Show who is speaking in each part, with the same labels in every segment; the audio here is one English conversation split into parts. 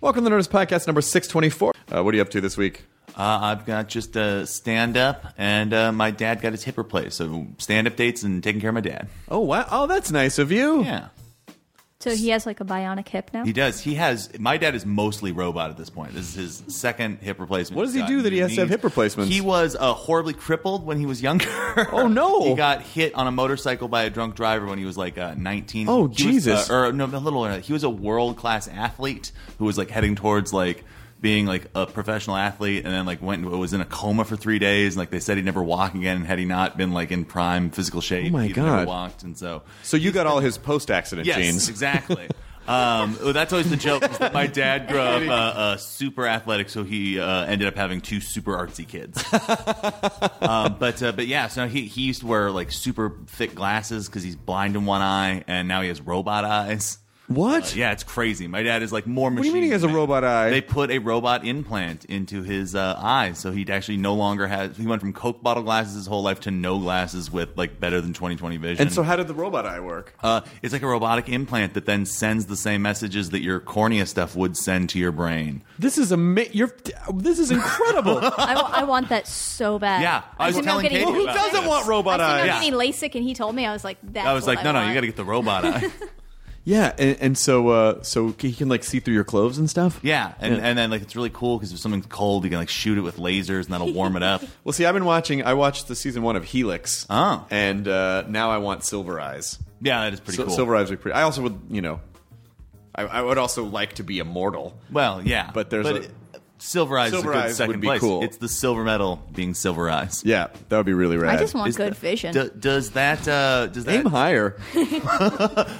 Speaker 1: Welcome to the Nerdist Podcast number 624. Uh, what are you up to this week?
Speaker 2: Uh, I've got just a stand up, and uh, my dad got his hip replaced. So stand up dates and taking care of my dad.
Speaker 1: Oh, wow. Oh, that's nice of you.
Speaker 2: Yeah,
Speaker 3: So he has like a bionic hip now.
Speaker 2: he does. He has. My dad is mostly robot at this point. This is his second hip replacement.
Speaker 1: What does he
Speaker 2: He's
Speaker 1: do
Speaker 2: got
Speaker 1: that he has to have
Speaker 2: knees.
Speaker 1: hip replacements?
Speaker 2: He was uh, horribly crippled when he was younger.
Speaker 1: Oh, no.
Speaker 2: He got hit on a motorcycle by a drunk driver when he was like uh, nineteen.
Speaker 1: Oh,
Speaker 2: He was,
Speaker 1: Jesus.
Speaker 2: uh, or no, a little. uh, He was a world class athlete who was like heading towards like being like a professional athlete, and then like went and was in a coma for three days. And like they said, he'd never walk again. And had he not been like in prime physical shape,
Speaker 1: Oh, my
Speaker 2: he'd never
Speaker 1: God.
Speaker 2: walked. And so
Speaker 1: So you got all his post accident
Speaker 2: Yes,
Speaker 1: genes.
Speaker 2: exactly. Um, well, that's always the joke. is that my dad grew up uh, uh, super athletic, so he uh, ended up having two super artsy kids. um, but uh, but yeah, so he he used to wear like super thick glasses because he's blind in one eye, and now he has robot eyes.
Speaker 1: What?
Speaker 2: Yeah, it's crazy. My dad is like more.
Speaker 1: Uh, do you mean
Speaker 2: machine
Speaker 1: he has a
Speaker 2: than-
Speaker 1: robot eye?
Speaker 2: They put a robot implant into his uh, eyes, so he actually no longer has. He went from Coke bottle glasses his whole life to no glasses with like better than twenty twenty vision.
Speaker 1: And so how did the robot eye work?
Speaker 2: Uh, it's like a robotic implant that then sends the same messages that your cornea stuff would send to your brain.
Speaker 1: This is ama- you're This is incredible.
Speaker 3: I, wa- I want that so bad.
Speaker 2: Yeah, I was
Speaker 3: think I'm
Speaker 2: telling
Speaker 3: getting
Speaker 2: Katie
Speaker 1: Who
Speaker 2: about
Speaker 1: doesn't
Speaker 2: this.
Speaker 1: want robot
Speaker 3: I
Speaker 1: eyes?
Speaker 3: think
Speaker 2: Yeah.
Speaker 3: I'm getting LASIK, and he told me I was like, "That's."
Speaker 2: I was like,
Speaker 3: what
Speaker 2: no, no, you
Speaker 3: want."
Speaker 2: got to get the robot eye.
Speaker 1: Yeah, and, and so uh, so he can like see through your clothes and stuff.
Speaker 2: yeah, and, and then like it's really cool because if something's cold, you can like shoot it with lasers and that'll warm it up.
Speaker 1: Well, see, I've been watching. I watched the season one of Helix.
Speaker 2: Oh.
Speaker 1: and uh, now I want Silver Eyes.
Speaker 2: Yeah, that is pretty
Speaker 1: So-
Speaker 2: cool.
Speaker 1: Silver Eyes are pretty. I also would, you know, I, I would also like to be immortal.
Speaker 2: Well, yeah,
Speaker 1: But there's a-
Speaker 2: it- Silver Eyes
Speaker 1: Silver
Speaker 2: is a good
Speaker 1: Eyes
Speaker 2: second
Speaker 1: would be
Speaker 2: place.
Speaker 1: cool.
Speaker 2: It's the silver medal being Silver Eyes.
Speaker 1: Yeah, that would be really rad.
Speaker 3: I just want
Speaker 2: Is
Speaker 3: good
Speaker 2: that-
Speaker 3: vision.
Speaker 2: Do- does that uh, does that
Speaker 1: aim higher.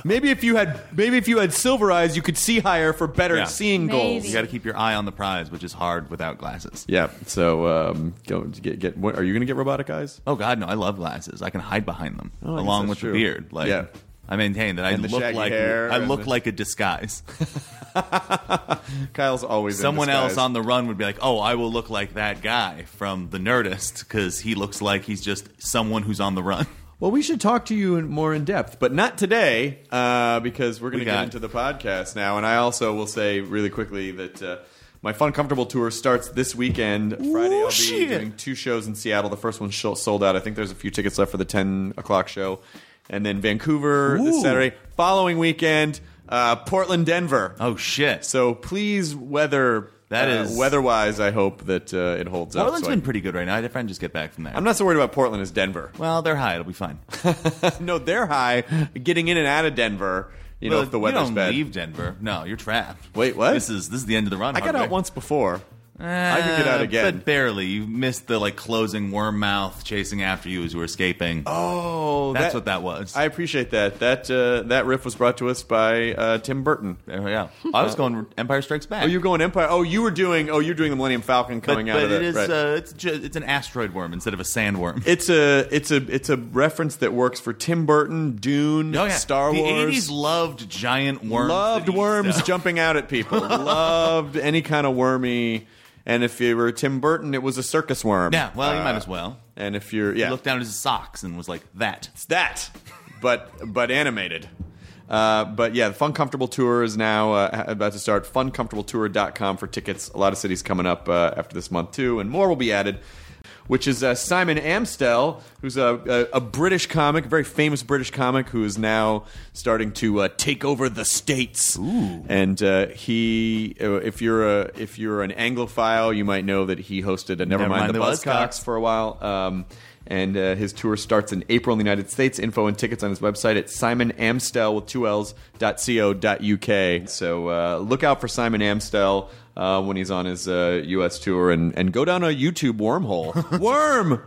Speaker 1: maybe if you had maybe if you had Silver Eyes, you could see higher for better
Speaker 2: Yeah.
Speaker 1: seeing
Speaker 3: Maybe.
Speaker 1: goals.
Speaker 2: you got to keep your eye on the prize, which is hard without glasses.
Speaker 1: Yeah. So um, go get get. What, are you going to get robotic eyes?
Speaker 2: Oh God, no! I love glasses. I can hide behind them
Speaker 1: Oh, I guess
Speaker 2: along
Speaker 1: that's
Speaker 2: with
Speaker 1: true.
Speaker 2: the beard. Like
Speaker 1: Yeah.
Speaker 2: I maintain that I
Speaker 1: And the
Speaker 2: look
Speaker 1: shaggy
Speaker 2: like
Speaker 1: hair
Speaker 2: I
Speaker 1: and
Speaker 2: look
Speaker 1: the-
Speaker 2: like a disguise.
Speaker 1: Kyle's always in
Speaker 2: Someone
Speaker 1: disguise.
Speaker 2: else on the run would be like, "Oh, I will look like that guy from The Nerdist because he looks like he's just someone who's on the run."
Speaker 1: Well, we should talk to you in, more in depth, but not today uh, because we're going to
Speaker 2: We
Speaker 1: get
Speaker 2: got-
Speaker 1: into the podcast now. And I also will say really quickly that uh, my Fun Comfortable tour starts this weekend. Friday, I'll be
Speaker 2: shit.
Speaker 1: doing two shows in Seattle. The first one sh- sold out. I think there's a few tickets left for the 10 o'clock show. And then Vancouver this
Speaker 2: Ooh.
Speaker 1: Saturday. Following weekend, uh, Portland, Denver.
Speaker 2: Oh shit!
Speaker 1: So
Speaker 2: So
Speaker 1: please, weather.
Speaker 2: That
Speaker 1: uh,
Speaker 2: is-
Speaker 1: weather-wise. I hope that uh, it holds
Speaker 2: Portland's
Speaker 1: up. So I-
Speaker 2: been pretty good right now. I had a friend just get back from there.
Speaker 1: I'm not so worried about Portland as Denver.
Speaker 2: well, they're high. It'll be fine.
Speaker 1: No, they're high getting in and out of Denver. You know,
Speaker 2: Well,
Speaker 1: if the weather's
Speaker 2: you don't
Speaker 1: bad.
Speaker 2: leave Denver. No, you're trapped.
Speaker 1: Wait, what?
Speaker 2: This is this is the end of the run.
Speaker 1: I got
Speaker 2: Hardwick.
Speaker 1: out once before. I could get out
Speaker 2: Uh,
Speaker 1: again.
Speaker 2: but barely. You missed the like closing worm mouth chasing after you as you were escaping.
Speaker 1: Oh,
Speaker 2: That's what that was.
Speaker 1: I appreciate that. That uh, that riff was brought to us by uh, Tim Burton.
Speaker 2: There we go. I was going Empire Strikes Back.
Speaker 1: Oh, you're going Empire. Oh, you were doing. Oh, you're doing the Millennium Falcon
Speaker 2: but,
Speaker 1: coming out
Speaker 2: but
Speaker 1: of
Speaker 2: it
Speaker 1: the-
Speaker 2: is
Speaker 1: right.
Speaker 2: uh, it's ju- it's an asteroid worm instead of a sandworm.
Speaker 1: it's a it's a it's a reference that works for Tim Burton, Dune,
Speaker 2: Oh, yeah.
Speaker 1: Star
Speaker 2: the
Speaker 1: Wars.
Speaker 2: 80s loved giant worms.
Speaker 1: loved
Speaker 2: that eat
Speaker 1: worms
Speaker 2: stuff.
Speaker 1: jumping out at people. loved any kind of wormy. And if you were Tim Burton, it was a circus worm.
Speaker 2: Yeah, well, you
Speaker 1: Uh,
Speaker 2: might as well.
Speaker 1: And if you're yeah,
Speaker 2: He looked down at his socks and was like, that.
Speaker 1: It's that, but but animated. Uh, but yeah, the Fun Comfortable Tour is now uh, about to start. FunComfortableTour.com for tickets. A lot of cities coming up uh, after this month too, and more will be added. which is uh, Simon Amstel, who's a, a, a British comic, a very famous British comic, who is now starting to uh, take over the states. And uh, he, uh, if you're a if you're an Anglophile, you might know that he hosted a Never, Mind, the, Buzzcocks for a while. Um, and uh, his tour starts in April in the United States. Info and tickets on his website at simonamstel with two L's dot co dot uk. So uh, look out for Simon Amstel uh, when he's on his uh, U.S. tour, and and go down a YouTube wormhole. Worm.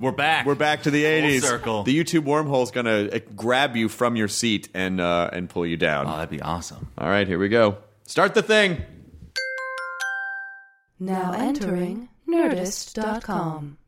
Speaker 2: We're back.
Speaker 1: We're back to the '80s.
Speaker 2: circle.
Speaker 1: The YouTube wormhole is gonna uh, grab you from your seat and uh, and pull you down.
Speaker 2: Oh, that'd be awesome.
Speaker 1: All right, here we go. Start the thing.
Speaker 4: Now entering Nerdist.com.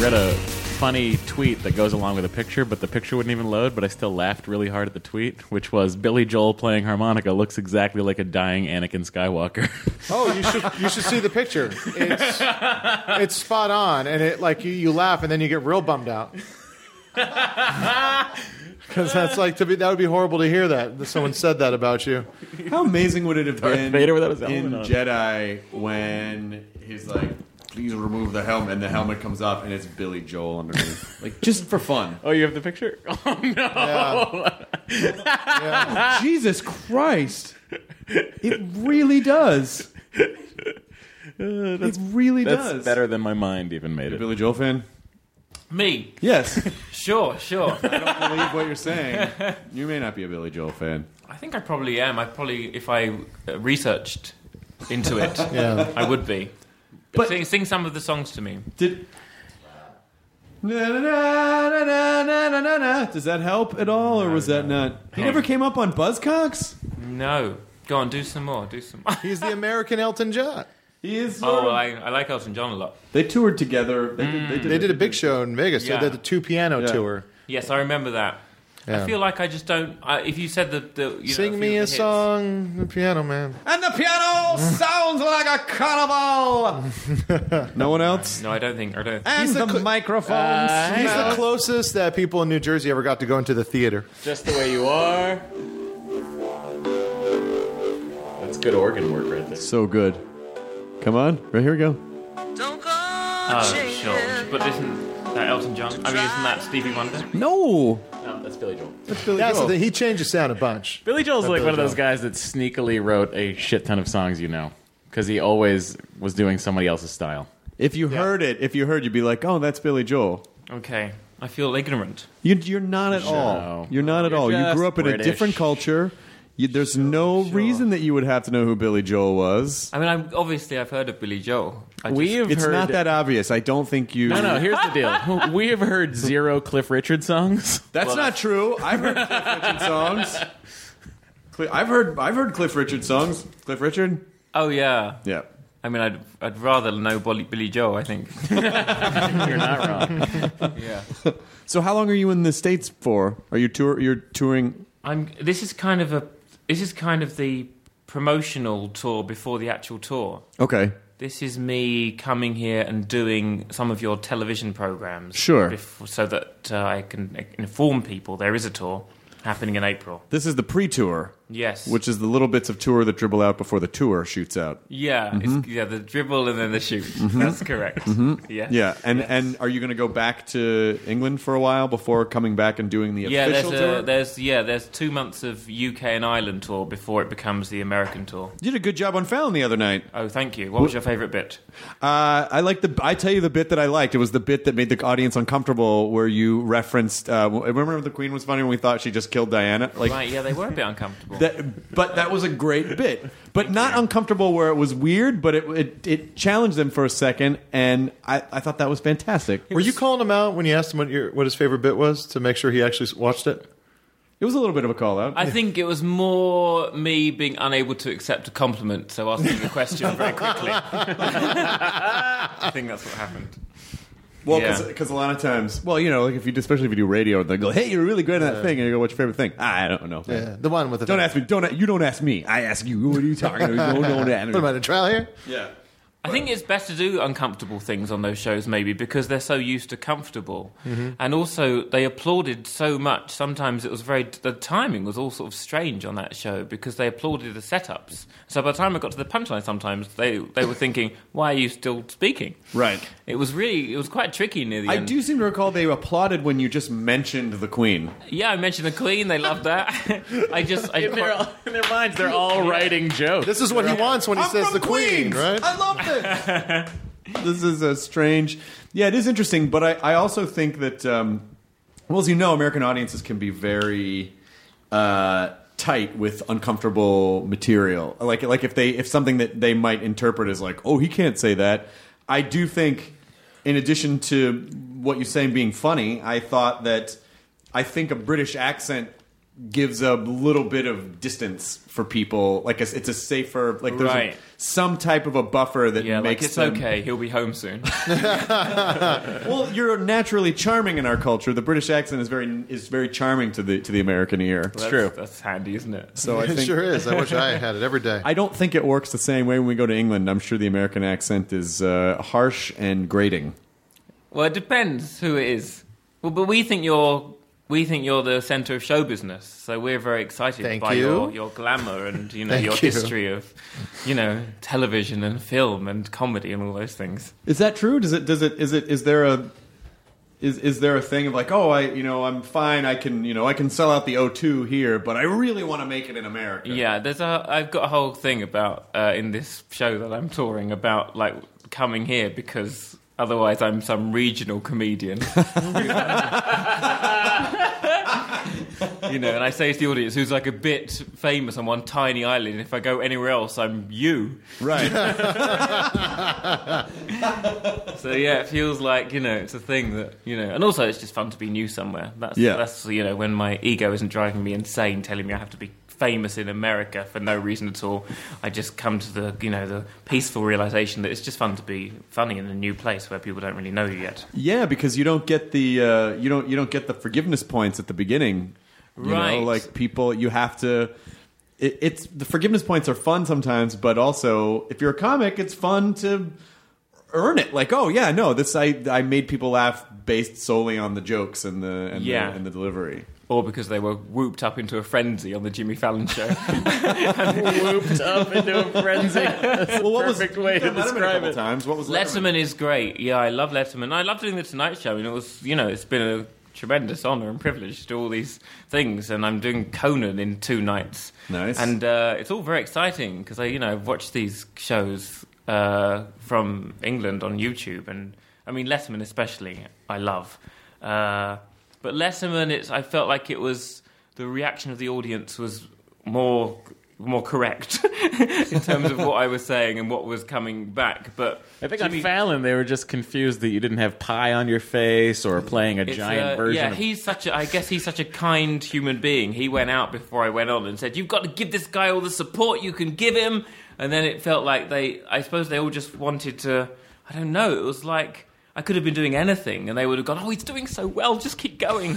Speaker 5: read a funny tweet that goes along with a picture, but the picture wouldn't even load. But I still laughed really hard at the tweet, which was Billy Joel playing harmonica looks exactly like a dying Anakin Skywalker.
Speaker 6: Oh, you should you should see the picture. It's it's spot on, and it like you you laugh, and then you get real bummed out. Because that's like to be that would be horrible to hear that, that someone said that about you.
Speaker 1: How amazing would it have been
Speaker 5: Vader without his
Speaker 1: in
Speaker 5: helmet on.
Speaker 1: Jedi when he's like, please remove the helmet, and the helmet comes off, and it's Billy Joel underneath. like, just for fun.
Speaker 5: oh, you have the picture? Oh no!
Speaker 6: Yeah.
Speaker 1: Jesus Christ. It really does. it really
Speaker 5: That's
Speaker 1: does.
Speaker 5: better than my mind even made it.
Speaker 1: Billy Joel fan?
Speaker 7: Me,
Speaker 1: Yes.
Speaker 7: sure, sure.
Speaker 1: I believe what you're saying. You may not be a Billy Joel fan.
Speaker 7: I think I probably am. I probably, if I uh, researched into it,
Speaker 6: Yeah.
Speaker 7: I would be. But sing, sing some of the songs to me.
Speaker 1: Did. Na, na, na, na, na, na, na, na. Does that help at all, or was that not? He never came up on Buzzcocks?
Speaker 7: No, go on, do some more, do some. more.
Speaker 6: He's the American Elton John.
Speaker 1: He is. sort
Speaker 7: oh,
Speaker 1: of-
Speaker 7: I, I like Elton John a lot.
Speaker 1: They toured together. They did, they did,
Speaker 6: They did a big show in Vegas.
Speaker 7: Yeah.
Speaker 6: They did the two piano
Speaker 1: Yeah.
Speaker 6: tour.
Speaker 7: Yes, I remember that.
Speaker 6: Yeah.
Speaker 7: I feel like I just don't. I, if you said the, the you know,
Speaker 6: Sing
Speaker 7: few
Speaker 6: me a
Speaker 7: hits-
Speaker 6: song, the piano man.
Speaker 1: And the piano sounds like a carnival. no one else.
Speaker 7: No, I don't think. I don't. Think.
Speaker 1: And
Speaker 6: He's
Speaker 1: the,
Speaker 6: the cl-
Speaker 1: microphone
Speaker 6: He's the
Speaker 1: smells.
Speaker 6: closest that people in New Jersey ever got to go into the theater.
Speaker 5: Just the way you are. That's good organ work right there.
Speaker 1: so good. Come on, right here we go.
Speaker 7: Oh, sure. But isn't that Elton John? I mean, isn't that Stevie Wonder?
Speaker 1: No,
Speaker 5: No, that's Billy Joel.
Speaker 1: that's Billy
Speaker 6: That's
Speaker 1: Joel.
Speaker 6: the thing. He changed the sound a bunch.
Speaker 5: Billy Joel's like
Speaker 6: Billy
Speaker 5: one of those
Speaker 6: Joel.
Speaker 5: guys that sneakily wrote a shit ton of songs you know. Because he always was doing somebody else's style.
Speaker 1: if you heard it, if you heard, you'd be like, "Oh, that's Billy Joel."
Speaker 7: Okay, I feel ignorant.
Speaker 1: You, you're not at all.
Speaker 5: No.
Speaker 1: You're not at all. You
Speaker 5: just
Speaker 1: grew up in a
Speaker 5: British.
Speaker 1: different culture. You, there's no reason that you would have to know who Billy Joel was.
Speaker 7: I mean, I'm, obviously, I've heard of Billy Joel. I just-
Speaker 5: We've
Speaker 1: It's
Speaker 5: heard
Speaker 1: not that obvious. I don't think you.
Speaker 5: No, no. Here's the deal. We have heard zero Cliff Richard songs.
Speaker 1: That's not true. I've heard Cliff Richard songs. Cl- I've heard I've heard Cliff Richard songs. Cliff Richard.
Speaker 7: Oh yeah.
Speaker 1: Yeah.
Speaker 7: I mean, I'd I'd rather know Billy, Billy Joel. I think.
Speaker 5: You're not wrong.
Speaker 7: yeah.
Speaker 1: So how long are you in the states for? Are you tour? You're touring.
Speaker 7: I'm. This is kind of a. This is kind of the promotional tour before the actual tour.
Speaker 1: Okay.
Speaker 7: This is me coming here and doing some of your television programs.
Speaker 1: Sure.
Speaker 7: bef- so that uh, I can inform people there is a tour happening in April.
Speaker 1: This is the pre-tour,
Speaker 7: Yes.
Speaker 1: which is the little bits of tour that dribble out before the tour shoots out.
Speaker 7: Yeah.
Speaker 1: Mm-hmm.
Speaker 7: It's, yeah. The dribble and then the shoot. That's correct. Yeah.
Speaker 1: Yeah, and and are you going to go back to England for a while before coming back and doing the
Speaker 7: Yeah, there's
Speaker 1: official tour?
Speaker 7: a, there's yeah, there's two months of UK and Ireland tour before it becomes the American tour.
Speaker 1: you did a good job on Fallon the other night.
Speaker 7: Oh, thank you. What was your favourite bit?
Speaker 1: Uh, I like the. I tell you the bit that I liked. It was the bit that made the audience uncomfortable, where you referenced. Uh, remember when the Queen was funny when we thought she just killed Diana. Like
Speaker 7: Right, yeah, they were a bit uncomfortable.
Speaker 1: that, but that was a great bit. But not uncomfortable where it was weird, but it it, it challenged them for a second, and I, I thought that was fantastic.
Speaker 6: Were you calling him out when you asked him what, your, what his favorite bit was to make sure he actually s- watched it?
Speaker 1: It was a little bit of a call out.
Speaker 7: I think it was more me being unable to accept a compliment, so asking the question very quickly. I think that's what happened.
Speaker 1: Well,
Speaker 7: Yeah.
Speaker 1: because a lot of times, well, you know, like if you, especially if you do radio, they go, "Hey, you're really great at that thing," and you go, "What's your favorite thing?" "Ah, I don't know.
Speaker 6: Yeah, the one with the
Speaker 1: Don't ask me. Don't you don't ask me. I ask you. What are you talking about? Don't, don't ask me.
Speaker 6: What am I in trial here?
Speaker 1: Yeah.
Speaker 7: I think it's best to do uncomfortable things on those shows, maybe because they're so used to comfortable,
Speaker 1: Mm-hmm.
Speaker 7: and also they applauded so much. Sometimes it was very the timing was all sort of strange on that show because they applauded the setups. So by the time I got to the punchline, sometimes they they were thinking, "Why are you still speaking?"
Speaker 1: Right.
Speaker 7: It was really it was quite tricky near the
Speaker 1: I
Speaker 7: end.
Speaker 1: do seem to recall they applauded when you just mentioned the Queen.
Speaker 7: Yeah, I mentioned the Queen. They loved that. I just I
Speaker 5: They're all, in their minds, they're all writing jokes.
Speaker 6: This is what he wants when he says the queen, right?
Speaker 1: I love this. this is a strange. Yeah, it is interesting, but I, I also think that, um, well, as you know, American audiences can be very uh, tight with uncomfortable material. Like, like if they if something that they might interpret as like, oh, he can't say that. I do think, in addition to what you're saying being funny, I thought that I think a British accent gives a little bit of distance for people. Like, it's it's a safer like there's a-
Speaker 7: Right.
Speaker 1: some type of a buffer that
Speaker 7: yeah, like
Speaker 1: makes
Speaker 7: it's
Speaker 1: them-
Speaker 7: okay. He'll be home soon.
Speaker 1: Well, you're naturally charming in our culture. The British accent is very is very charming to the to the American ear. It's
Speaker 7: That's handy, isn't it?
Speaker 1: So I
Speaker 6: It
Speaker 1: think
Speaker 6: sure is. I wish I had it every day.
Speaker 1: I don't think it works the same way when we go to England. I'm sure the American accent is uh, harsh and grating.
Speaker 7: Well, it depends who it is. Well, but we think you're we think you're the centre of show business, so we're very excited
Speaker 6: Thank
Speaker 7: by
Speaker 6: you.
Speaker 7: your your glamour and you know
Speaker 6: Thank
Speaker 7: your
Speaker 6: you.
Speaker 7: history of you know television and film and comedy and all those things.
Speaker 1: Is that true? Does it does it is it is there a is is there a thing of like oh I you know I'm fine I can you know I can sell out the O2 here but I really want to make it in America.
Speaker 7: Yeah, there's a. I've got a whole thing about uh, in this show that I'm touring about like coming here because otherwise I'm some regional comedian. you know, and I say to the audience who's like a bit famous on one tiny island. If I go anywhere else, I'm you.
Speaker 1: Right.
Speaker 7: So yeah, it feels like you know it's a thing that you know, and also it's just fun to be new somewhere. That's
Speaker 1: Yeah.
Speaker 7: that's you know when my ego isn't driving me insane, telling me I have to be famous in America for no reason at all. I just come to the you know the peaceful realization that it's just fun to be funny in a new place where people don't really know you yet.
Speaker 1: yeah, because you don't get the uh, you don't you don't get the forgiveness points at the beginning. You
Speaker 7: Right.
Speaker 1: know, like people you have to it, it's the forgiveness points are fun sometimes, but also if you're a comic, it's fun to earn it. Like, oh yeah, no, this I I made people laugh based solely on the jokes and the and,
Speaker 7: Yeah.
Speaker 1: the, and the delivery.
Speaker 7: Or because they were whooped up into a frenzy on the Jimmy Fallon show.
Speaker 5: Whooped up into a frenzy.
Speaker 1: well, what
Speaker 5: perfect way to
Speaker 1: Letterman a
Speaker 5: describe
Speaker 1: couple
Speaker 5: it.
Speaker 1: Times. What was
Speaker 7: Letterman is great. Yeah, I love Letterman. I love doing the Tonight Show, and it was you know it's been a tremendous honor and privilege to do all these things, and I'm doing Conan in two nights.
Speaker 1: Nice.
Speaker 7: And uh, it's all very exciting because I you know I've watched these shows uh, from England on YouTube, and I mean Letterman especially I love, uh, but Letterman it's I felt like it was the reaction of the audience was more more correct in terms of what I was saying and what was coming back, but.
Speaker 5: I think on Fallon, they were just confused that you didn't have pie on your face or playing a
Speaker 7: It's,
Speaker 5: giant
Speaker 7: uh,
Speaker 5: version
Speaker 7: Yeah,
Speaker 5: of
Speaker 7: he's such a. I guess he's such a kind human being. He went out before I went on and said, "You've got to give this guy all the support you can give him." And then it felt like they. I suppose they all just wanted to. I don't know. It was like. I could have been doing anything, and they would have gone. Oh, he's doing so well. Just keep going.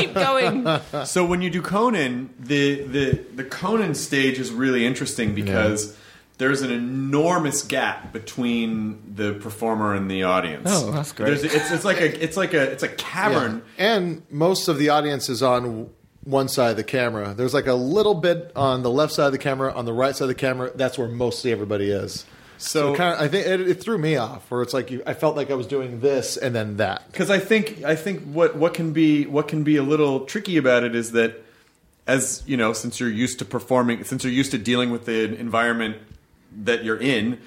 Speaker 7: keep going.
Speaker 1: So when you do Conan, the the the Conan stage is really interesting because there's an enormous gap between the performer and the audience.
Speaker 7: Oh, that's great.
Speaker 1: There's, it's, it's like a it's like a it's a cavern.
Speaker 6: And most of the audience is on w- one side of the camera. There's like a little bit on the left side of the camera, on the right side of the camera. That's where mostly everybody is. So,
Speaker 1: So-
Speaker 6: kind of, I think it, it threw me off, where it's like you, I felt like I was doing this and then that.
Speaker 1: because I think I think what what can be what can be a little tricky about it is that as you know, since you're used to performing, since you're used to dealing with the environment that you're in,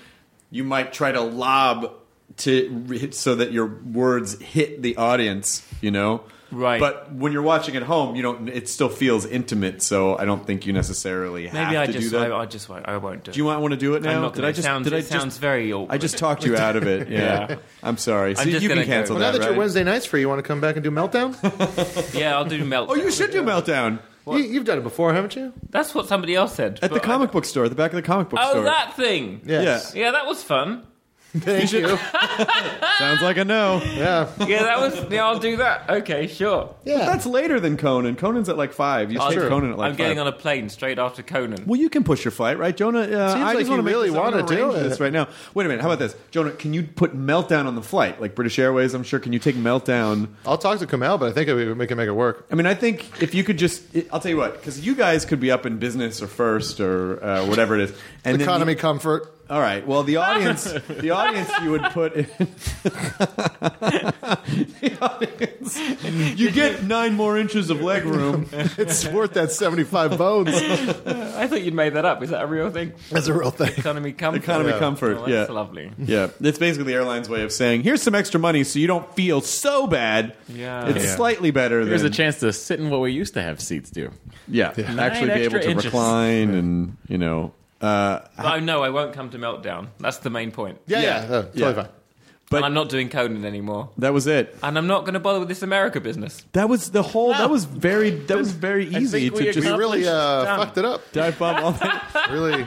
Speaker 1: you might try to lob to hit so that your words hit the audience, you know.
Speaker 7: Right.
Speaker 1: But when you're watching at home, you don't. It still feels intimate, so I don't think you necessarily have
Speaker 7: Maybe I
Speaker 1: to do
Speaker 7: just.
Speaker 1: that.
Speaker 7: I, I just won't. I won't do.
Speaker 1: do you want, want to do it now?
Speaker 7: I'm not
Speaker 1: did
Speaker 7: gonna-
Speaker 1: I
Speaker 7: it
Speaker 1: just?
Speaker 7: sounds-
Speaker 1: did I
Speaker 7: it
Speaker 1: just-
Speaker 7: sounds very awkward.
Speaker 1: I just talked you out of it. Yeah.
Speaker 7: Yeah.
Speaker 1: I'm sorry. So
Speaker 7: just
Speaker 1: you can
Speaker 7: gonna go.
Speaker 1: cancel
Speaker 7: Well,
Speaker 6: now
Speaker 1: that.
Speaker 6: that your
Speaker 1: right?
Speaker 6: Wednesday night's free, you want to come back and do Meltdown?
Speaker 7: it. Yeah, I'll do melt.
Speaker 1: Oh, you should do meltdown.
Speaker 6: you, you've done it before, haven't you?
Speaker 7: That's what somebody else said.
Speaker 1: At the
Speaker 7: but I-
Speaker 1: comic book store, at the back of the comic book
Speaker 7: Oh,
Speaker 1: store.
Speaker 7: that thing.
Speaker 6: Yes.
Speaker 7: Yeah, that was fun.
Speaker 6: Thank you.
Speaker 1: Sounds like a no.
Speaker 6: Yeah.
Speaker 7: yeah, that was. Yeah, I'll do that. Okay, sure.
Speaker 1: But
Speaker 6: Yeah.
Speaker 1: that's later than Conan. Conan's at like five. You
Speaker 7: I'll-
Speaker 1: take Conan at like
Speaker 7: I'm getting
Speaker 1: five.
Speaker 7: on a plane straight after Conan.
Speaker 1: well, you can push your flight, right, Jonah? Uh, I
Speaker 6: like
Speaker 1: just
Speaker 6: you
Speaker 1: wanna make
Speaker 6: really
Speaker 1: this- I'm
Speaker 6: wanna
Speaker 1: gonna
Speaker 6: do
Speaker 1: arrange
Speaker 6: it.
Speaker 1: this right now. Wait a minute. How about this, Jonah? Can you put meltdown on the flight, like British Airways? I'm sure. Can you take meltdown?
Speaker 6: I'll talk to Kamal, but I think we we can make it work.
Speaker 1: I mean, I think if you could just, I'll tell you what, because you guys could be up in business or first or uh, whatever it is, and then
Speaker 6: Economy
Speaker 1: the-
Speaker 6: comfort.
Speaker 1: all right. Well, the audience, the audience, you would put. In, the audience, you get nine more inches of leg room.
Speaker 6: It's worth that 75 bones.
Speaker 7: I thought you'd made that up. Is that a real thing?
Speaker 6: That's a real thing.
Speaker 7: Economy comfort.
Speaker 1: Economy
Speaker 6: Yeah.
Speaker 1: comfort.
Speaker 7: Oh,
Speaker 1: yeah.
Speaker 7: that's lovely.
Speaker 1: Yeah, it's basically the airline's way of saying, "Here's some extra money, so you don't feel so bad."
Speaker 7: Yeah.
Speaker 1: it's
Speaker 7: Yeah.
Speaker 1: slightly better.
Speaker 5: Here's a
Speaker 1: than,
Speaker 5: chance to sit in what we used to have seats do.
Speaker 1: Yeah, actually be able
Speaker 5: extra
Speaker 1: to
Speaker 5: inches.
Speaker 1: recline and you know. Uh,
Speaker 7: But I know I won't come to meltdown. That's the main point.
Speaker 6: Yeah, yeah,
Speaker 1: Yeah.
Speaker 6: yeah. Uh, totally
Speaker 1: Yeah.
Speaker 6: fine.
Speaker 7: and I'm not doing Conan anymore.
Speaker 1: that was it.
Speaker 7: And I'm not going to bother with this America business.
Speaker 1: That was the whole. That was very. That was very
Speaker 5: I
Speaker 1: easy
Speaker 5: think we
Speaker 1: to just
Speaker 6: We really uh,
Speaker 5: Done.
Speaker 6: fucked it up.
Speaker 1: dive bomb all that.
Speaker 6: Really.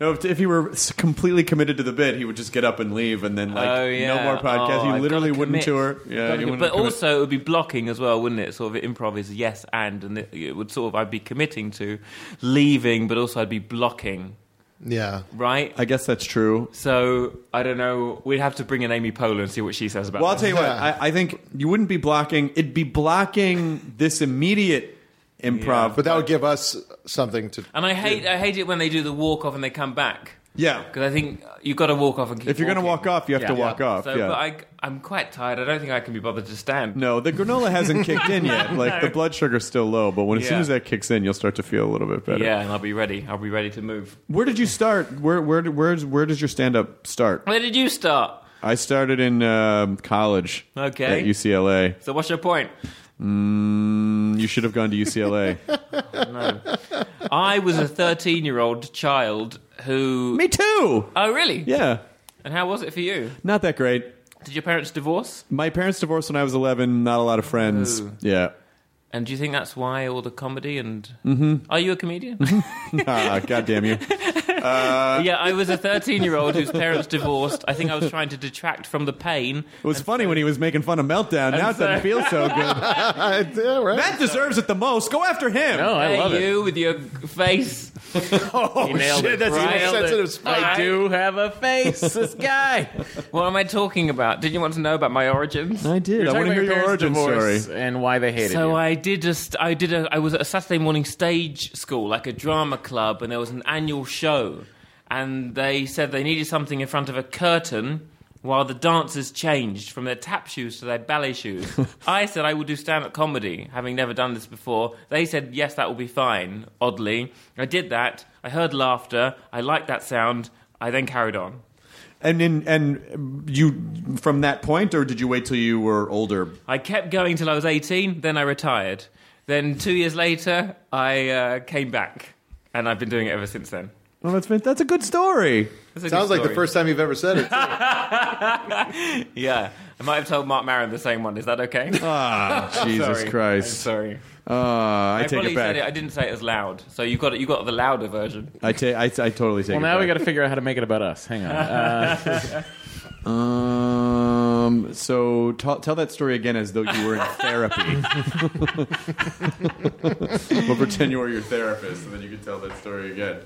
Speaker 1: No, if, if he were s- completely committed to the bit, he would just get up and leave, and then like
Speaker 7: oh yeah,
Speaker 1: no more podcast.
Speaker 7: Oh,
Speaker 1: he
Speaker 7: I've
Speaker 1: literally
Speaker 7: gotta
Speaker 1: wouldn't
Speaker 7: commit.
Speaker 1: tour. Yeah,
Speaker 7: Gotta
Speaker 1: he
Speaker 7: co-
Speaker 1: wouldn't
Speaker 7: but
Speaker 1: commit.
Speaker 7: also it would be blocking as well, wouldn't it? Sort of improv is yes and, and it, it would sort of I'd be committing to leaving, but also I'd be blocking,
Speaker 6: Yeah.
Speaker 7: right?
Speaker 1: I guess that's true.
Speaker 7: so I don't know. We'd have to bring in Amy Poehler and see what she says about.
Speaker 1: Well, I'll
Speaker 7: this.
Speaker 1: tell you what.
Speaker 6: Yeah.
Speaker 1: I, I think you wouldn't be blocking. It'd be blocking this immediate improv.
Speaker 6: But that would give us something to.
Speaker 7: and I hate I hate it when they do the walk off and they come back
Speaker 1: yeah,
Speaker 7: because I think you've got to walk off and keep.
Speaker 1: if you're going to
Speaker 7: walking.
Speaker 1: walk off, you have to
Speaker 7: Yeah.
Speaker 1: walk off.
Speaker 7: So,
Speaker 1: yeah.
Speaker 7: but I, I'm quite tired. I don't think I can be bothered to stand.
Speaker 1: no, the granola hasn't kicked in yet. Like the blood sugar's still low, but when as soon
Speaker 7: Yeah.
Speaker 1: as that kicks in, you'll start to feel a little bit better.
Speaker 7: Yeah, and I'll be ready. I'll be ready to move.
Speaker 1: Where did you start? Where where where's where does your stand up start?
Speaker 7: Where did you start?
Speaker 1: I started in um, college.
Speaker 7: Okay.
Speaker 1: At UCLA.
Speaker 7: So what's your point?
Speaker 1: Mm, you should have gone to UCLA.
Speaker 7: I was a 13 year old child who.
Speaker 1: Me too.
Speaker 7: Oh, really?
Speaker 1: Yeah,
Speaker 7: And how was it for you?
Speaker 1: not that great.
Speaker 7: Did your parents divorce?
Speaker 1: My parents divorced when I was 11. Not a lot of friends.
Speaker 7: Ooh.
Speaker 1: Yeah.
Speaker 7: And do you think that's why all the comedy and.
Speaker 1: Mm-hmm.
Speaker 7: Are you a comedian?
Speaker 1: Ah, God damn you.
Speaker 7: yeah, I was a 13 year old whose parents divorced. I think I was trying to detract from the pain.
Speaker 1: It was funny when he was making fun of Meltdown. Now it
Speaker 7: so-
Speaker 1: doesn't feel so good.
Speaker 6: uh, yeah, right.
Speaker 1: Matt deserves it the most. Go after him.
Speaker 5: No, I
Speaker 7: Hey,
Speaker 5: love it.
Speaker 7: you with your face.
Speaker 1: Oh,
Speaker 7: You nailed
Speaker 1: shit.
Speaker 7: it.
Speaker 1: That's
Speaker 7: Right.
Speaker 1: even
Speaker 7: Nailed it.
Speaker 1: sensitive.
Speaker 5: I do have a face. This guy.
Speaker 7: What am I talking about? Did you want to know about my origins?
Speaker 1: I did. I want to hear your origin story.
Speaker 5: and why they hated
Speaker 7: So
Speaker 5: you.
Speaker 7: I did just I did a I was at a Saturday morning stage school, like a drama club, and there was an annual show, and they said they needed something in front of a curtain while the dancers changed from their tap shoes to their ballet shoes. I said I would do stand-up comedy, having never done this before. They said yes, that will be fine. Oddly, I did that. I heard laughter. I liked that sound. I then carried on.
Speaker 1: And in, and you from that point, or did you wait till you were older?
Speaker 7: I kept going till I was 18, then I retired. Then two years later, I uh, came back, and I've been doing it ever since then.
Speaker 1: Well, that's that's a good story.
Speaker 7: That's a good
Speaker 6: Sounds like the
Speaker 7: story.
Speaker 6: first time you've ever said it. too.
Speaker 7: Yeah, I might have told Mark Maron the same one. Is that okay?
Speaker 6: Oh,
Speaker 1: Ah, Jesus
Speaker 7: Sorry. I'm
Speaker 1: Christ!
Speaker 7: sorry.
Speaker 1: Ah, I, take
Speaker 7: probably
Speaker 1: it
Speaker 7: Said it, I
Speaker 1: back.
Speaker 7: didn't say it as loud, so you got you got the louder version.
Speaker 1: I, take. I, I totally take.
Speaker 5: well,
Speaker 1: it
Speaker 5: now we got
Speaker 1: back.
Speaker 5: to figure out how to make it about us. Hang on. Uh,
Speaker 1: Um. So t- tell that story again, as though you were in therapy. we'll pretend you were your therapist, and then you can tell that story again.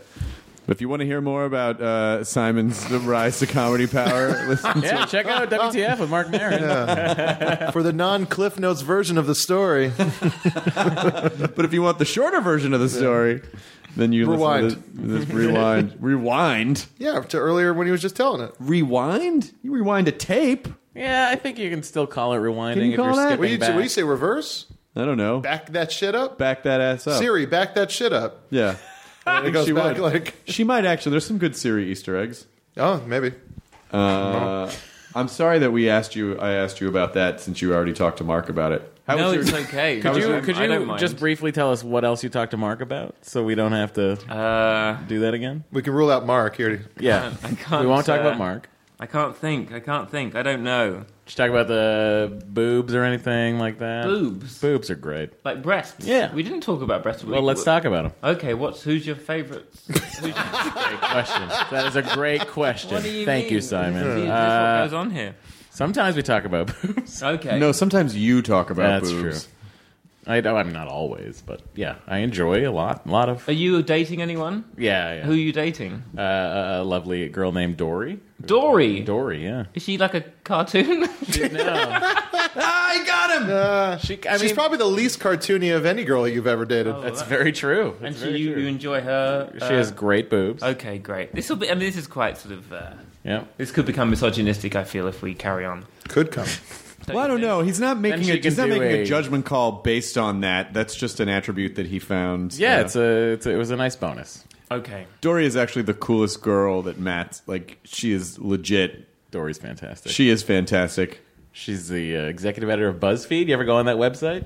Speaker 1: If you want to hear more about uh, Simon's rise to comedy power, listen to
Speaker 5: yeah, check out WTF with Mark Maron.
Speaker 6: For the non Cliff Notes version of the story,
Speaker 1: But if you want the shorter version of the story, then you listen to this, this rewind. rewind?
Speaker 6: yeah, to earlier when he was just telling it.
Speaker 1: Rewind? You rewind a tape?
Speaker 5: Yeah, I think you can still call it rewinding
Speaker 1: Can you
Speaker 5: if
Speaker 1: call
Speaker 5: you're
Speaker 1: that?
Speaker 5: skipping
Speaker 6: What do you,
Speaker 5: back.
Speaker 6: what do you say, reverse?
Speaker 1: I don't know. Back,
Speaker 6: Back that shit up?
Speaker 1: that ass up.
Speaker 6: Siri, back that shit up.
Speaker 1: Yeah. I
Speaker 6: It
Speaker 1: think
Speaker 6: goes
Speaker 1: she would.
Speaker 6: back like,
Speaker 1: She might actually. There's some good Siri Easter eggs.
Speaker 6: oh, maybe.
Speaker 1: Uh, I'm sorry that we asked you. I asked you about that since you already talked to Mark about it. How
Speaker 7: no,
Speaker 1: was your-
Speaker 7: it's okay.
Speaker 1: Could
Speaker 5: Could you,
Speaker 7: I'm-
Speaker 5: could
Speaker 7: I don't
Speaker 5: you
Speaker 7: mind.
Speaker 5: just briefly tell us what else you talked to Mark about so we don't have to
Speaker 7: Uh,
Speaker 5: do that again?
Speaker 6: We can rule out Mark here.
Speaker 5: Yeah.
Speaker 7: I can't.
Speaker 5: we won't talk
Speaker 7: uh,
Speaker 5: about Mark.
Speaker 7: I can't think. I can't think. I don't know.
Speaker 5: Did you talk about the boobs or anything like that?
Speaker 7: Boobs?
Speaker 5: Boobs are great.
Speaker 7: Like breasts.
Speaker 5: Yeah.
Speaker 7: We didn't talk about breasts.
Speaker 5: Well, let's talk about them.
Speaker 7: Okay, what's who's your favorite? Who's your,
Speaker 5: Question. That is a great question.
Speaker 7: What do you
Speaker 5: Thank you,
Speaker 7: mean? Is
Speaker 5: Simon.
Speaker 7: this
Speaker 5: Uh,
Speaker 7: what goes on here?
Speaker 5: sometimes we talk about boobs.
Speaker 7: Okay.
Speaker 1: No, sometimes you talk about
Speaker 5: That's
Speaker 1: boobs.
Speaker 5: true. I know I'm not always, but yeah, I enjoy a lot, a lot of
Speaker 7: Are you dating anyone?
Speaker 5: yeah. yeah.
Speaker 7: Who are you dating?
Speaker 5: Uh, a a lovely girl named Dory.
Speaker 7: Dory.
Speaker 5: Dory, yeah.
Speaker 7: Is she like a cartoon?
Speaker 1: I got him.
Speaker 5: She, I
Speaker 6: She's
Speaker 5: mean,
Speaker 6: probably the least cartoony of any girl you've ever dated.
Speaker 5: that's very true.
Speaker 7: Oh,
Speaker 5: That's
Speaker 7: and she,
Speaker 5: very
Speaker 7: you, uh,
Speaker 5: true.
Speaker 7: you enjoy her?
Speaker 5: she has great boobs.
Speaker 7: Okay, great. This will be. I mean, this is quite sort of. Uh,
Speaker 5: yeah.
Speaker 7: this could become misogynistic. I feel if we carry on.
Speaker 6: Could come.
Speaker 1: Well, I don't know. He's not making
Speaker 5: she
Speaker 1: a, he's
Speaker 5: can
Speaker 1: not
Speaker 5: do
Speaker 1: making a,
Speaker 5: a-
Speaker 1: judgment call based on that. That's just an attribute that he found.
Speaker 5: Yeah,
Speaker 1: Uh,
Speaker 5: it's a, it's a it was a nice bonus.
Speaker 7: Okay.
Speaker 1: Dory is actually the coolest girl that Matt's like. She is legit.
Speaker 5: Dory's fantastic.
Speaker 1: She is fantastic.
Speaker 5: She's the uh, executive editor of BuzzFeed. You ever go on that website?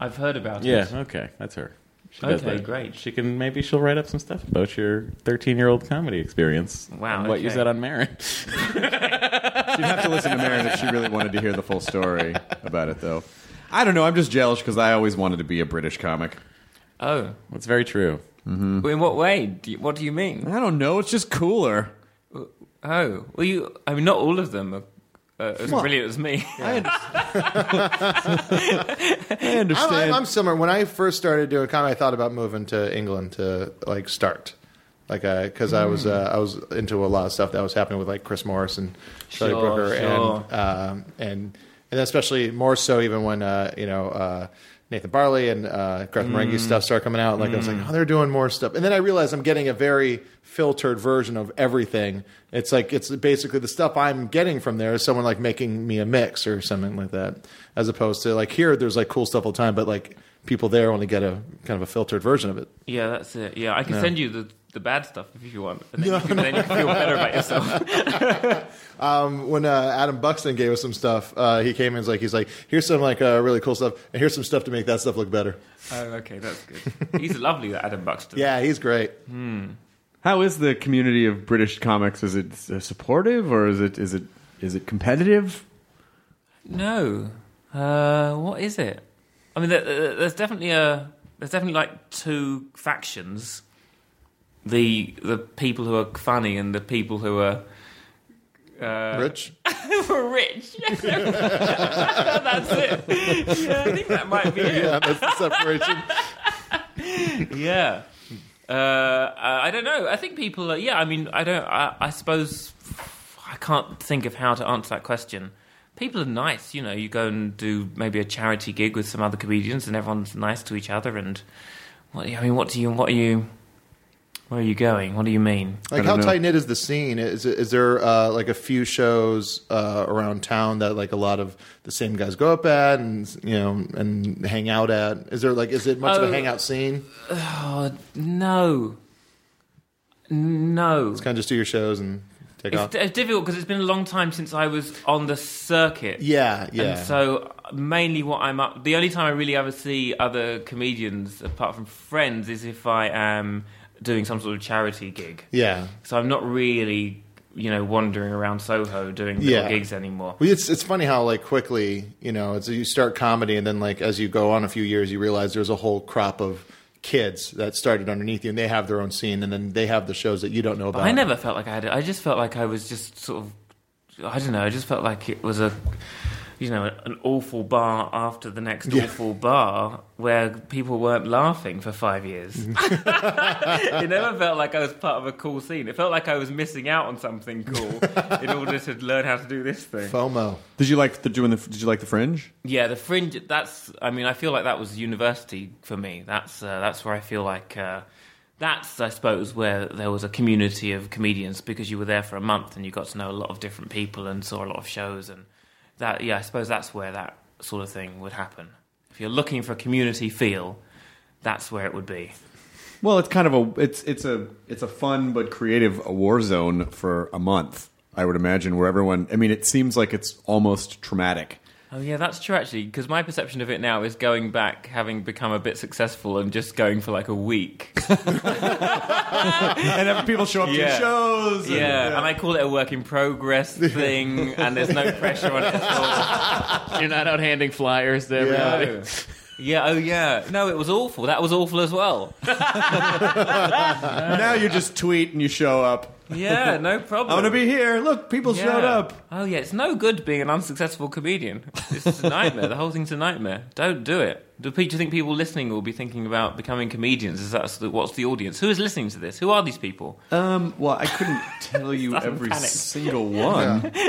Speaker 7: I've heard about it.
Speaker 5: Okay, that's her. She
Speaker 7: Okay, great.
Speaker 5: She can maybe she'll write up some stuff about your 13 year old comedy experience.
Speaker 7: Wow,
Speaker 5: and what you
Speaker 7: okay.
Speaker 5: said on marriage.
Speaker 1: You'd have to listen to Marin if she really wanted to hear the full story about it, though. I don't know. I'm just jealous because I always wanted to be a British comic.
Speaker 7: Oh,
Speaker 5: That's very true. Mm.
Speaker 7: in what way? Do you, what do you mean?
Speaker 1: I don't know. It's just cooler.
Speaker 7: Oh, well, you. I mean, not all of them are uh, as brilliant as me.
Speaker 1: I understand.
Speaker 6: I'm, I'm, I'm similar. When I first started doing comedy, I thought about moving to England to like start, like because I was uh, I was into a lot of stuff that was happening with like Chris Morris and Charlie
Speaker 7: Sure,
Speaker 6: Brooker
Speaker 7: sure.
Speaker 6: and um, and and especially more so even when uh, you know. Uh, Nathan Barley and uh, Garth
Speaker 7: Mm.
Speaker 6: Marenghi stuff started coming out. Like I was like, oh, they're doing more stuff, and then I realized I'm getting a very filtered version of everything. It's like it's basically the stuff I'm getting from there is someone like making me a mix or something like that, as opposed to like here, there's like cool stuff all the time, but like people there only get a kind of a filtered version of it.
Speaker 7: yeah, that's it. Yeah, I can send you the the bad stuff if you want, and then, you, can, then you can feel better about yourself.
Speaker 6: when uh, Adam Buxton gave us some stuff, uh, he came in and was like, he's like, here's some like uh, really cool stuff, and here's some stuff to make that stuff look better.
Speaker 7: oh, okay, that's good. He's lovely, that Adam Buxton.
Speaker 6: Yeah, he's great.
Speaker 1: How is the community of British comics? Is it uh, supportive or is it is it is it competitive?
Speaker 7: No. Uh, what is it? I mean, there, there- there's definitely a there's definitely like two factions. The the people who are funny and the people who are
Speaker 6: Rich,
Speaker 7: who are rich. that's it. Yeah, I think that might be it.
Speaker 6: yeah, that's the separation.
Speaker 7: Yeah. Uh, I I don't know. I think people. Are, yeah, I mean, I don't. I, I suppose I can't think of how to answer that question. People are nice, you know. You go and do maybe a charity gig with some other comedians, and everyone's nice to each other. And what I mean, what do you? What are you? Where are you going? What do you mean?
Speaker 6: Like,
Speaker 1: don't
Speaker 6: how
Speaker 1: know.
Speaker 6: tight knit is the scene? Is is there uh, like a few shows uh, around town that like a lot of the same guys go up at and you know and hang out at? Is there like is it much of
Speaker 7: Oh.
Speaker 6: a hangout scene?
Speaker 7: Oh no, no.
Speaker 6: Kind of just do your shows and take off.
Speaker 7: It's, it's difficult because it's been a long time since I was on the circuit.
Speaker 6: yeah, yeah.
Speaker 7: And so mainly what I'm up the only time I really ever see other comedians apart from friends is if I am doing some sort of charity gig.
Speaker 6: yeah,
Speaker 7: So I'm not really, you know, wandering around Soho doing little
Speaker 6: Yeah.
Speaker 7: gigs anymore.
Speaker 6: Well, it's it's funny how like quickly you know it's you start comedy and then like as you go on a few years you realize there's a whole crop of kids that started underneath you and they have their own scene and then they have the shows that you don't know about.
Speaker 7: I never felt like I had it. I just felt like I was just sort of I don't know, I just felt like it was a you know, an awful bar after the next awful bar where people weren't laughing for five years. it never felt like I was part of a cool scene. It felt like I was missing out on something cool in order to learn how to do this thing.
Speaker 6: FOMO.
Speaker 1: Did you like the doing the Did you like the Fringe?
Speaker 7: Yeah, the fringe. That's. I mean, I feel like that was university for me. That's. Uh, that's where I feel like. Uh, that's, I suppose, where there was a community of comedians because you were there for a month and you got to know a lot of different people and saw a lot of shows and that. Yeah, I suppose that's where that sort of thing would happen. If you're looking for a community feel, that's where it would be.
Speaker 1: Well, it's kind of a it's it's a it's a fun but creative war zone for a month. I would imagine where everyone. I mean, it seems like it's almost traumatic
Speaker 7: Oh yeah, that's true actually. Because my perception of it now is going back, having become a bit successful, and just going for like a week.
Speaker 1: and have people show up
Speaker 7: Yeah.
Speaker 1: to shows. and-
Speaker 7: Yeah, and I call it a work in progress thing, and there's no pressure on it at
Speaker 5: You're not out handing flyers to
Speaker 7: all.
Speaker 5: everybody.
Speaker 7: No. Yeah. Oh yeah. No, it was awful. That was awful as well.
Speaker 1: Now you just tweet and you show up.
Speaker 7: Yeah. No problem.
Speaker 1: I want to be here. Look, people
Speaker 7: Yeah.
Speaker 1: showed up.
Speaker 7: Oh yeah, it's no good being an unsuccessful comedian. It's just a nightmare. the whole thing's a nightmare. Don't do it. Do pe- do you think people listening will be thinking about becoming comedians? Is that the, what's the audience? Who is listening to this? Who are these people?
Speaker 1: Um, well, I couldn't tell you every
Speaker 7: panic.
Speaker 1: single one.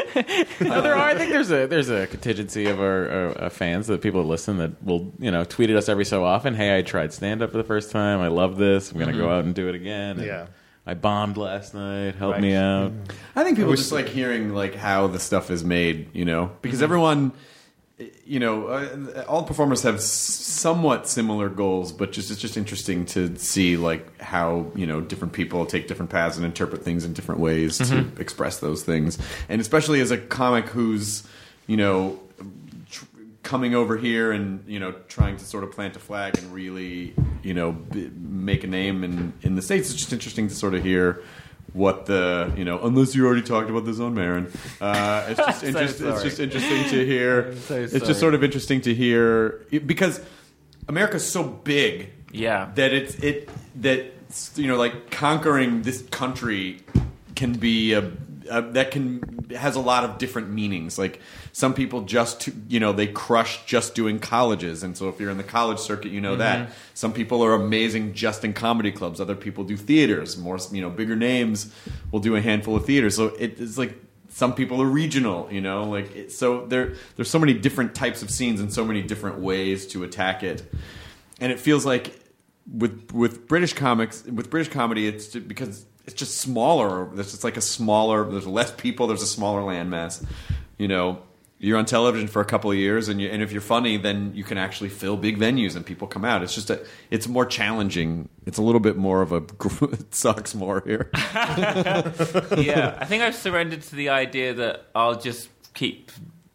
Speaker 5: No, there are. I think there's a there's a contingency of our, our, our fans, the people that listen, that will you know tweet at us every so often. Hey, I tried stand up for the first time. I love this. I'm gonna
Speaker 7: Mm-hmm.
Speaker 5: go out and do it again. And
Speaker 6: Yeah.
Speaker 5: I bombed last night. Help me out.
Speaker 7: Mm-hmm.
Speaker 1: I think people just like hearing like how the stuff is made, you know, because everyone, you know, uh, all performers have s- somewhat similar goals, but just it's just interesting to see like how you know different people take different paths and interpret things in different ways to express those things, and especially as a comic who's you know tr- coming over here and you know trying to sort of plant a flag and really you know b- make a name in in the states it's just interesting to sort of hear what the you know unless you already talked about this on Marin, uh, it's just interest, it's just interesting to hear. it's just sort of interesting to hear it- because America's so big
Speaker 7: Yeah.
Speaker 1: that it's it that you know like conquering this country can be a, a that can has a lot of different meanings like some people just you know they crush just doing colleges and so if you're in the college circuit you know that some people are amazing just in comedy clubs other people do theaters more you know bigger names will do a handful of theaters so it, it's like some people are regional you know like it, so there there's so many different types of scenes and so many different ways to attack it and it feels like with with British comics with British comedy it's ju- because it's just smaller there's just like a smaller there's less people there's a smaller landmass you know you're on television for a couple of years and you and if you're funny then you can actually fill big venues and people come out it's just a it's more challenging it's a little bit more of a gr- it sucks more here
Speaker 7: yeah, I think I've surrendered to the idea that I'll just keep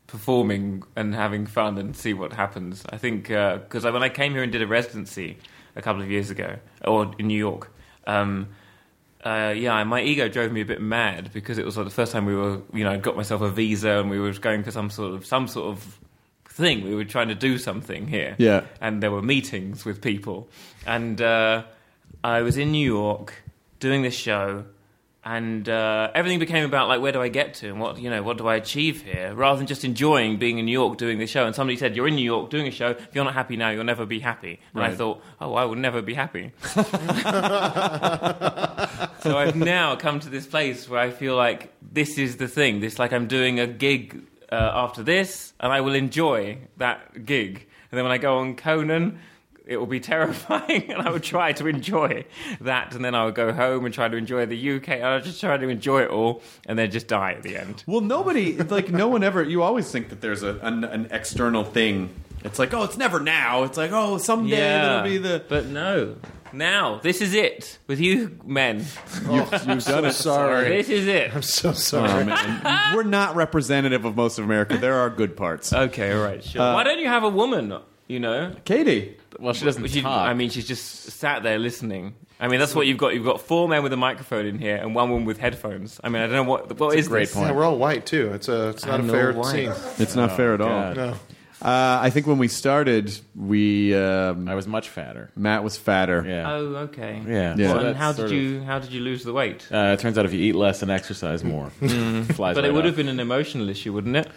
Speaker 7: performing and having fun and see what happens. I think because I when I came here and did a residency a couple of years ago, or in New York, um, uh, yeah, my ego drove me a bit mad because it was like the first time we were, you know, I got myself a visa and we were going for some sort of some sort of thing. We were trying to do something here,
Speaker 1: Yeah.
Speaker 7: and there were meetings with people, and uh, I was in New York doing this show and uh, everything became about like where do I get to and what you know what do I achieve here rather than just enjoying being in New York doing the show and somebody said you're in New York doing a show if you're not happy now you'll never be happy and I thought oh I will never be happy so I've now come to this place where I feel like this is the thing this like I'm doing a gig uh, after this and I will enjoy that gig and then when I go on Conan it will be terrifying and I would try to enjoy that and then I would go home and try to enjoy the UK and I would just try to enjoy it all and then just die at the end.
Speaker 1: Well, nobody, like, no one ever, you always think that there's a, an, an external thing. It's like, oh, it's never now. It's like, oh, someday it'll be the.
Speaker 7: But no. Now, this is it with you men.
Speaker 6: You've done so it. Sorry.
Speaker 7: This is it.
Speaker 6: I'm so sorry.
Speaker 1: Um, We're not representative of most of America. There are good parts.
Speaker 7: Okay, all right, sure.
Speaker 6: Uh,
Speaker 7: Why don't you have a woman, you know?
Speaker 1: Katie.
Speaker 5: Well, she doesn't
Speaker 7: She-
Speaker 5: talk.
Speaker 7: I mean, she's just sat there listening. I mean, that's what you've got. You've got four men with a microphone in here and one woman with headphones. I mean, I don't know what what is
Speaker 5: great
Speaker 7: this?
Speaker 5: point.
Speaker 6: yeah, we're all white too. It's a it's not a
Speaker 7: I'm
Speaker 6: fair
Speaker 7: all white.
Speaker 6: scene.
Speaker 1: It's not fair at
Speaker 5: God.
Speaker 6: No.
Speaker 1: Uh, I think when we started, we um,
Speaker 5: I was much fatter.
Speaker 1: Matt was fatter.
Speaker 5: Yeah.
Speaker 7: Oh, okay.
Speaker 5: yeah.
Speaker 1: Yeah.
Speaker 5: So
Speaker 7: Well, and
Speaker 5: that's
Speaker 7: how did
Speaker 5: sort of-
Speaker 7: you how did you lose the weight?
Speaker 5: Uh, it turns out if you eat less and exercise more,
Speaker 7: Mm-hmm.
Speaker 5: flies.
Speaker 7: But it
Speaker 5: right
Speaker 7: would
Speaker 5: off.
Speaker 7: have been an emotional issue, wouldn't it?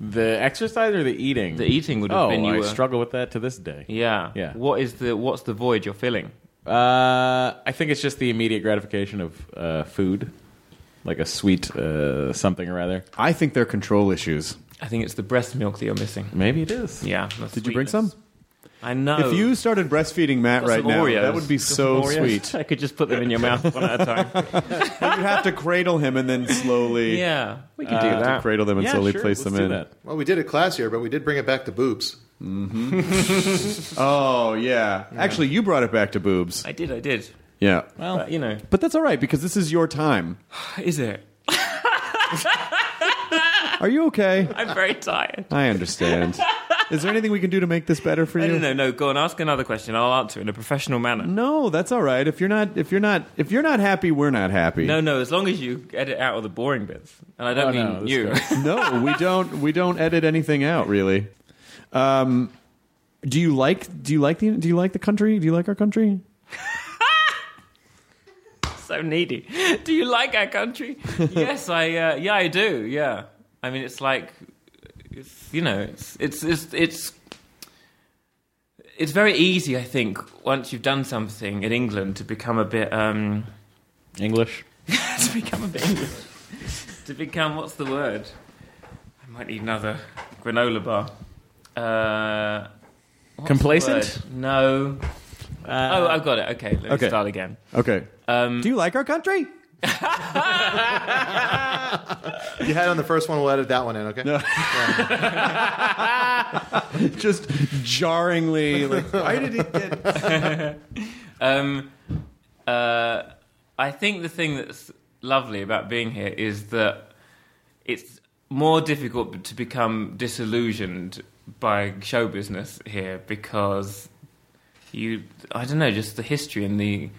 Speaker 5: the exercise or the eating.
Speaker 7: The eating would have
Speaker 5: oh,
Speaker 7: been you
Speaker 5: I
Speaker 7: were-
Speaker 5: struggle with that to this day.
Speaker 7: Yeah.
Speaker 5: Yeah.
Speaker 7: What is the what's the void you're filling?
Speaker 5: Uh, I think it's just the immediate gratification of uh, food, like a sweet uh, something or other.
Speaker 1: I think they're control issues.
Speaker 7: I think it's the breast milk that you're missing.
Speaker 5: Maybe it is.
Speaker 7: Yeah.
Speaker 1: Did you bring some?
Speaker 7: I know.
Speaker 1: If you started breastfeeding Matt
Speaker 7: Got
Speaker 1: right
Speaker 7: some
Speaker 1: now,
Speaker 7: Oreos.
Speaker 1: that would be
Speaker 7: Got some
Speaker 1: so
Speaker 7: Oreos.
Speaker 1: sweet.
Speaker 7: I could just put them in your mouth one at a time.
Speaker 1: You'd have to cradle him and then slowly
Speaker 7: Yeah. We could
Speaker 1: uh,
Speaker 7: do
Speaker 1: have to
Speaker 7: that.
Speaker 1: cradle them and
Speaker 5: Yeah,
Speaker 1: slowly
Speaker 5: sure,
Speaker 1: place
Speaker 5: let's
Speaker 1: them
Speaker 5: do
Speaker 1: in.
Speaker 5: that.
Speaker 6: Well, we did a class here, but we did bring it back to boobs.
Speaker 1: Oh yeah. Actually, you brought it back to boobs.
Speaker 7: I did. I did.
Speaker 1: Yeah.
Speaker 7: But, you know,
Speaker 1: But that's all right because this is your time.
Speaker 7: is it?
Speaker 1: Are you okay?
Speaker 7: I'm very tired.
Speaker 1: I understand. Is there anything we can do to make this better for you?
Speaker 7: No, no, no, no. Go on, ask another question. I'll answer in a professional manner.
Speaker 1: No, that's all right. If you're not, if you're not, if you're not happy, we're not happy.
Speaker 7: No, no. As long as you edit out all the boring bits, and I don't
Speaker 5: no,
Speaker 7: mean
Speaker 5: that's
Speaker 7: you.
Speaker 1: no, we don't. We don't edit anything out, really. Um, do you like? Do you like the? Do you like the country? Do you like our country?
Speaker 7: so needy. Do you like our country? yes, I. Uh, yeah, I do. Yeah. I mean, it's like, it's, you know, it's it's it's it's it's very easy, I think, once you've done something in England, to become a bit um
Speaker 5: English.
Speaker 7: to become a bit English. to become what's the word? I might need another granola bar. Uh, what's the
Speaker 5: Complacent?
Speaker 7: word? No. oh, I've got it. Okay, let me
Speaker 1: okay.
Speaker 7: start again.
Speaker 1: Okay. Um, do you like our country?
Speaker 6: You had on the first one. We'll edit that one in. Okay.
Speaker 1: Just jarringly, like why did it get?
Speaker 7: Um, uh, I think the thing that's lovely about being here is that it's more difficult to become disillusioned by show business here because you, I don't know, just the history and the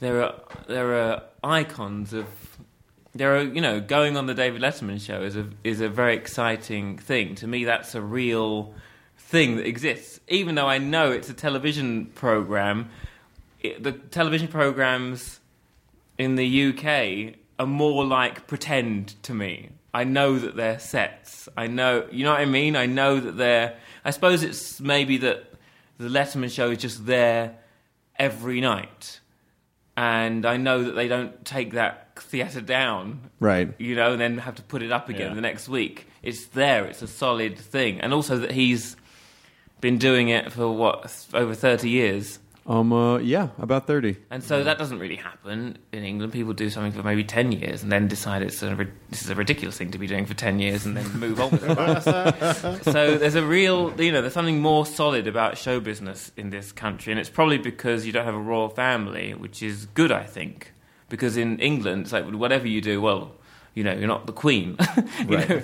Speaker 7: there are there are icons of there are you know going on the David Letterman show is a is a very exciting thing to me. That's a real thing that exists, even though I know it's a television program. It, the television programs in the UK are more like pretend to me. I know that they're sets. I know, you know what I mean? I know that they're. I suppose it's maybe that the Letterman show is just there every night. And I know that they don't take that theatre down
Speaker 1: Right.
Speaker 7: you know, and then have to put it up again
Speaker 5: Yeah.
Speaker 7: the next week. It's there. It's a solid thing, and also that he's been doing it for what th- over thirty years,
Speaker 1: Um. Uh, yeah. About thirty.
Speaker 7: and so that doesn't really happen in England. People do something for maybe ten years and then decide it's a, ri- this is a ridiculous thing to be doing for ten years, and then move on. with their lives. so there's a real, you know, there's something more solid about show business in this country, and it's probably because you don't have a royal family, which is good, I think. Because in England, it's like whatever you do, well, you know, you're not the queen. you know,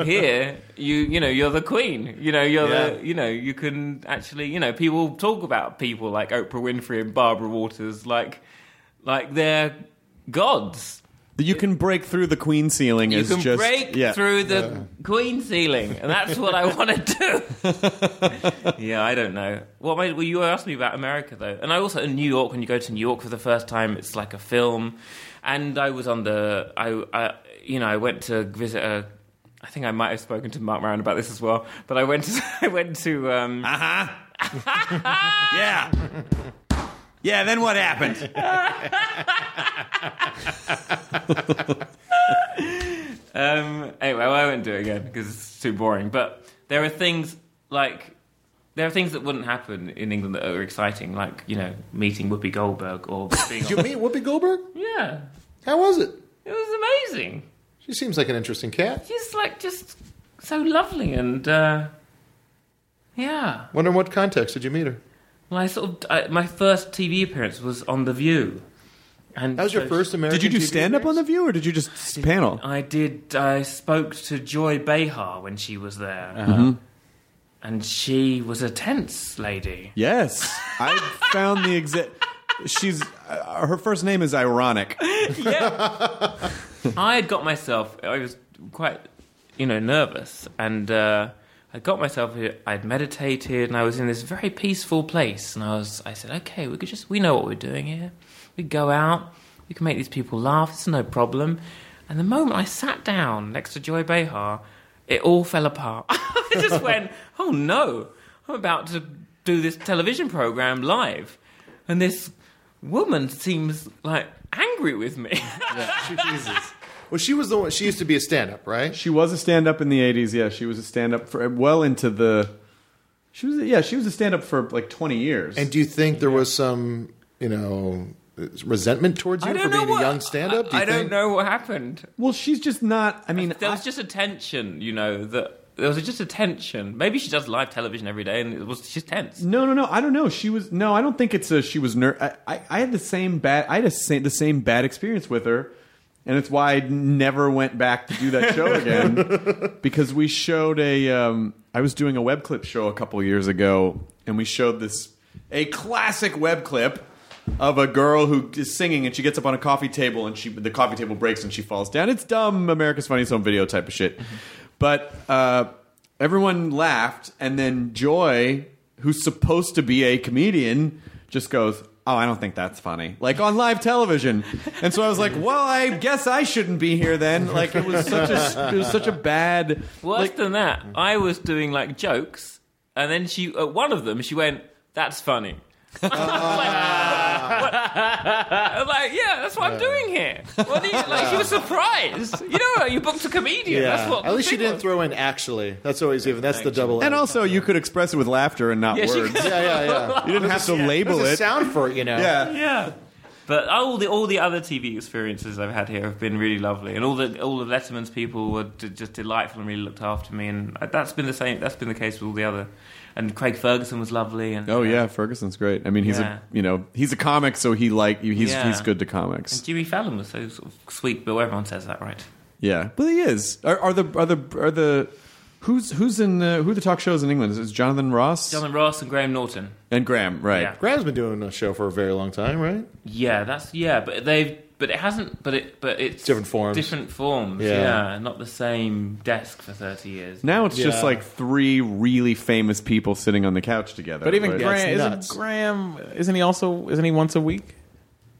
Speaker 7: here, you you know, you're the queen. You know, you're the you know, you can actually, you know, people talk about people like Oprah Winfrey and Barbara Waters like like they're gods.
Speaker 1: You can break through the queen ceiling.
Speaker 7: You
Speaker 1: is
Speaker 7: can
Speaker 1: just,
Speaker 7: break
Speaker 1: yeah.
Speaker 7: through the queen ceiling, and that's what I want to do. yeah, I don't know. What made, well, you asked me about America though, and I also in New York. When you go to New York for the first time, it's like a film. And I was on the I, I you know I went to visit a. I think I might have spoken to Mark Maron about this as well, but I went to I went to um,
Speaker 1: Uh-huh.
Speaker 2: Yeah. Yeah, then what happened?
Speaker 7: Um, anyway, well, I won't do it again because it's too boring. But there are things like there are things that wouldn't happen in England that are exciting, like you know meeting Whoopi Goldberg or being
Speaker 6: Did you
Speaker 7: on-
Speaker 6: meet Whoopi Goldberg?
Speaker 7: yeah.
Speaker 6: How was it?
Speaker 7: It was amazing.
Speaker 6: She seems like an interesting cat.
Speaker 7: She's like just so lovely and uh, yeah.
Speaker 6: Wonder in what context did you meet her?
Speaker 7: Well, I sort of I, my first TV appearance was on The View, and
Speaker 6: That was your
Speaker 7: so-
Speaker 6: first American.
Speaker 1: Did you do
Speaker 6: TV
Speaker 1: stand up on the
Speaker 6: appearance?
Speaker 1: view, or did you just s- panel?
Speaker 7: I did. I spoke to Joy Behar when she was there, and she was a tense lady.
Speaker 1: Yes, I found the exact. She's uh, her first name is ironic.
Speaker 7: I had got myself. I was quite, you know, nervous, and uh, I got myself. I'd meditated, and I was in this very peaceful place. And I was. I said, okay, we could just. We know what we're doing here. We go out. We can make these people laugh. It's no problem. And the moment I sat down next to Joy Behar, it all fell apart. I just went, oh no, I'm about to do this television program live, and this woman seems like angry with me.
Speaker 6: Jesus. Well, she was the one. She used to be a stand up, right?
Speaker 1: She was a stand up in the eighties. Yeah, she was a stand up for well into the. She was yeah, she was a stand up for like twenty years.
Speaker 6: And do you think there was some, you know, resentment towards you for being a young stand up?
Speaker 7: I, I don't know what happened.
Speaker 1: well, she's just not. I mean,
Speaker 7: There was just a tension, you know. That there was just a tension. Maybe she does live television every day, and it was she's tense.
Speaker 6: Mm.
Speaker 1: No, no, no. I don't know. She was no. I don't think it's a. She was ner. I, I, I had the same bad. I had a, sa- the same bad experience with her and it's why I never went back to do that show again because we showed a. Um, I was doing a web clip show a couple years ago, and we showed this a classic web clip of a girl who is singing, and she gets up on a coffee table, and she the coffee table breaks, and she falls down. It's dumb, America's Funniest Home Video type of shit, but uh, everyone laughed, and then Joy, who's supposed to be a comedian, just goes. Oh, I don't think that's funny. Like on live television, and so I was like, "Well, I guess I shouldn't be here then." Like it was such a it was such a bad.
Speaker 7: Worse than that,
Speaker 6: Mm.
Speaker 7: I was doing like jokes, and then she, uh, one of them, she went, "That's funny."
Speaker 6: Ah.
Speaker 7: I was like, yeah, that's what I'm doing here. What do you, like, she was surprised. You know, you booked a comedian. That's what.
Speaker 6: At least
Speaker 7: she
Speaker 6: she didn't throw in actually. That's always even. That's the double.
Speaker 1: And also, you could express it with laughter and not
Speaker 7: Yeah, she-
Speaker 1: words.
Speaker 6: yeah, yeah, yeah.
Speaker 1: You didn't have to label
Speaker 6: There's a
Speaker 1: it.
Speaker 6: sound for it, you know.
Speaker 1: Yeah.
Speaker 7: Yeah. But all the all the other TV experiences I've had here have been really lovely, and all the all the Letterman's people were d- just delightful and really looked after me, and that's been the same. That's been the case with all the other. And Craig Ferguson was lovely, and
Speaker 1: Oh yeah, Ferguson's great. I mean, he's
Speaker 7: Yeah.
Speaker 1: a you know he's a comic, so he like he's
Speaker 7: Yeah.
Speaker 1: he's good to comics.
Speaker 7: Jimmy Fallon was so sort of sweet, but everyone says that, right?
Speaker 1: Yeah, but he is. Are, are the are the are the who's who's in the, who are the talk shows in England? Is it Jonathan Ross
Speaker 7: Jonathan Ross and Graham Norton.
Speaker 1: and Graham? Right.
Speaker 7: Yeah.
Speaker 6: Graham's been doing a show for a very long time, right?
Speaker 7: Yeah, that's yeah, but they've but it hasn't, but it but it's
Speaker 6: Different forms.
Speaker 7: different forms.
Speaker 6: Yeah.
Speaker 7: Yeah, not the same desk for thirty years.
Speaker 1: Now it's just
Speaker 6: Yeah.
Speaker 1: like three really famous people sitting on the couch together.
Speaker 5: But even
Speaker 1: right?
Speaker 6: Gra-
Speaker 5: Graham,
Speaker 6: it's
Speaker 5: isn't
Speaker 6: nuts.
Speaker 5: Graham isn't he also isn't he once a week?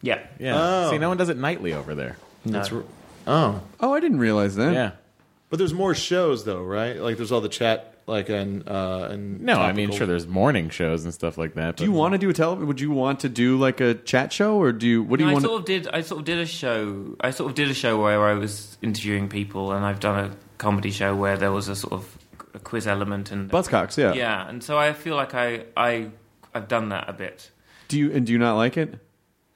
Speaker 7: yeah,
Speaker 5: Yeah.
Speaker 6: Oh.
Speaker 5: See, no one does it nightly over there.
Speaker 6: That's r- oh,
Speaker 1: oh, I didn't realize that.
Speaker 5: Yeah.
Speaker 6: but there's more shows though, right? Like there's all the chat, like and uh, and
Speaker 5: No, I mean
Speaker 6: topical-
Speaker 5: sure there's morning shows and stuff like that.
Speaker 1: Do you
Speaker 5: but-
Speaker 1: want to do a tele? Would you want to do like a chat show, or do you? What do
Speaker 7: No,
Speaker 1: you
Speaker 7: I
Speaker 1: want?
Speaker 7: sort of did. I sort of did a show. I sort of did a show where I was interviewing people, and I've done a comedy show where there was a sort of a quiz element and
Speaker 1: to Buzzcocks, yeah.
Speaker 7: yeah, and so I feel like I I I've done that a bit.
Speaker 1: Do you and do you not like it?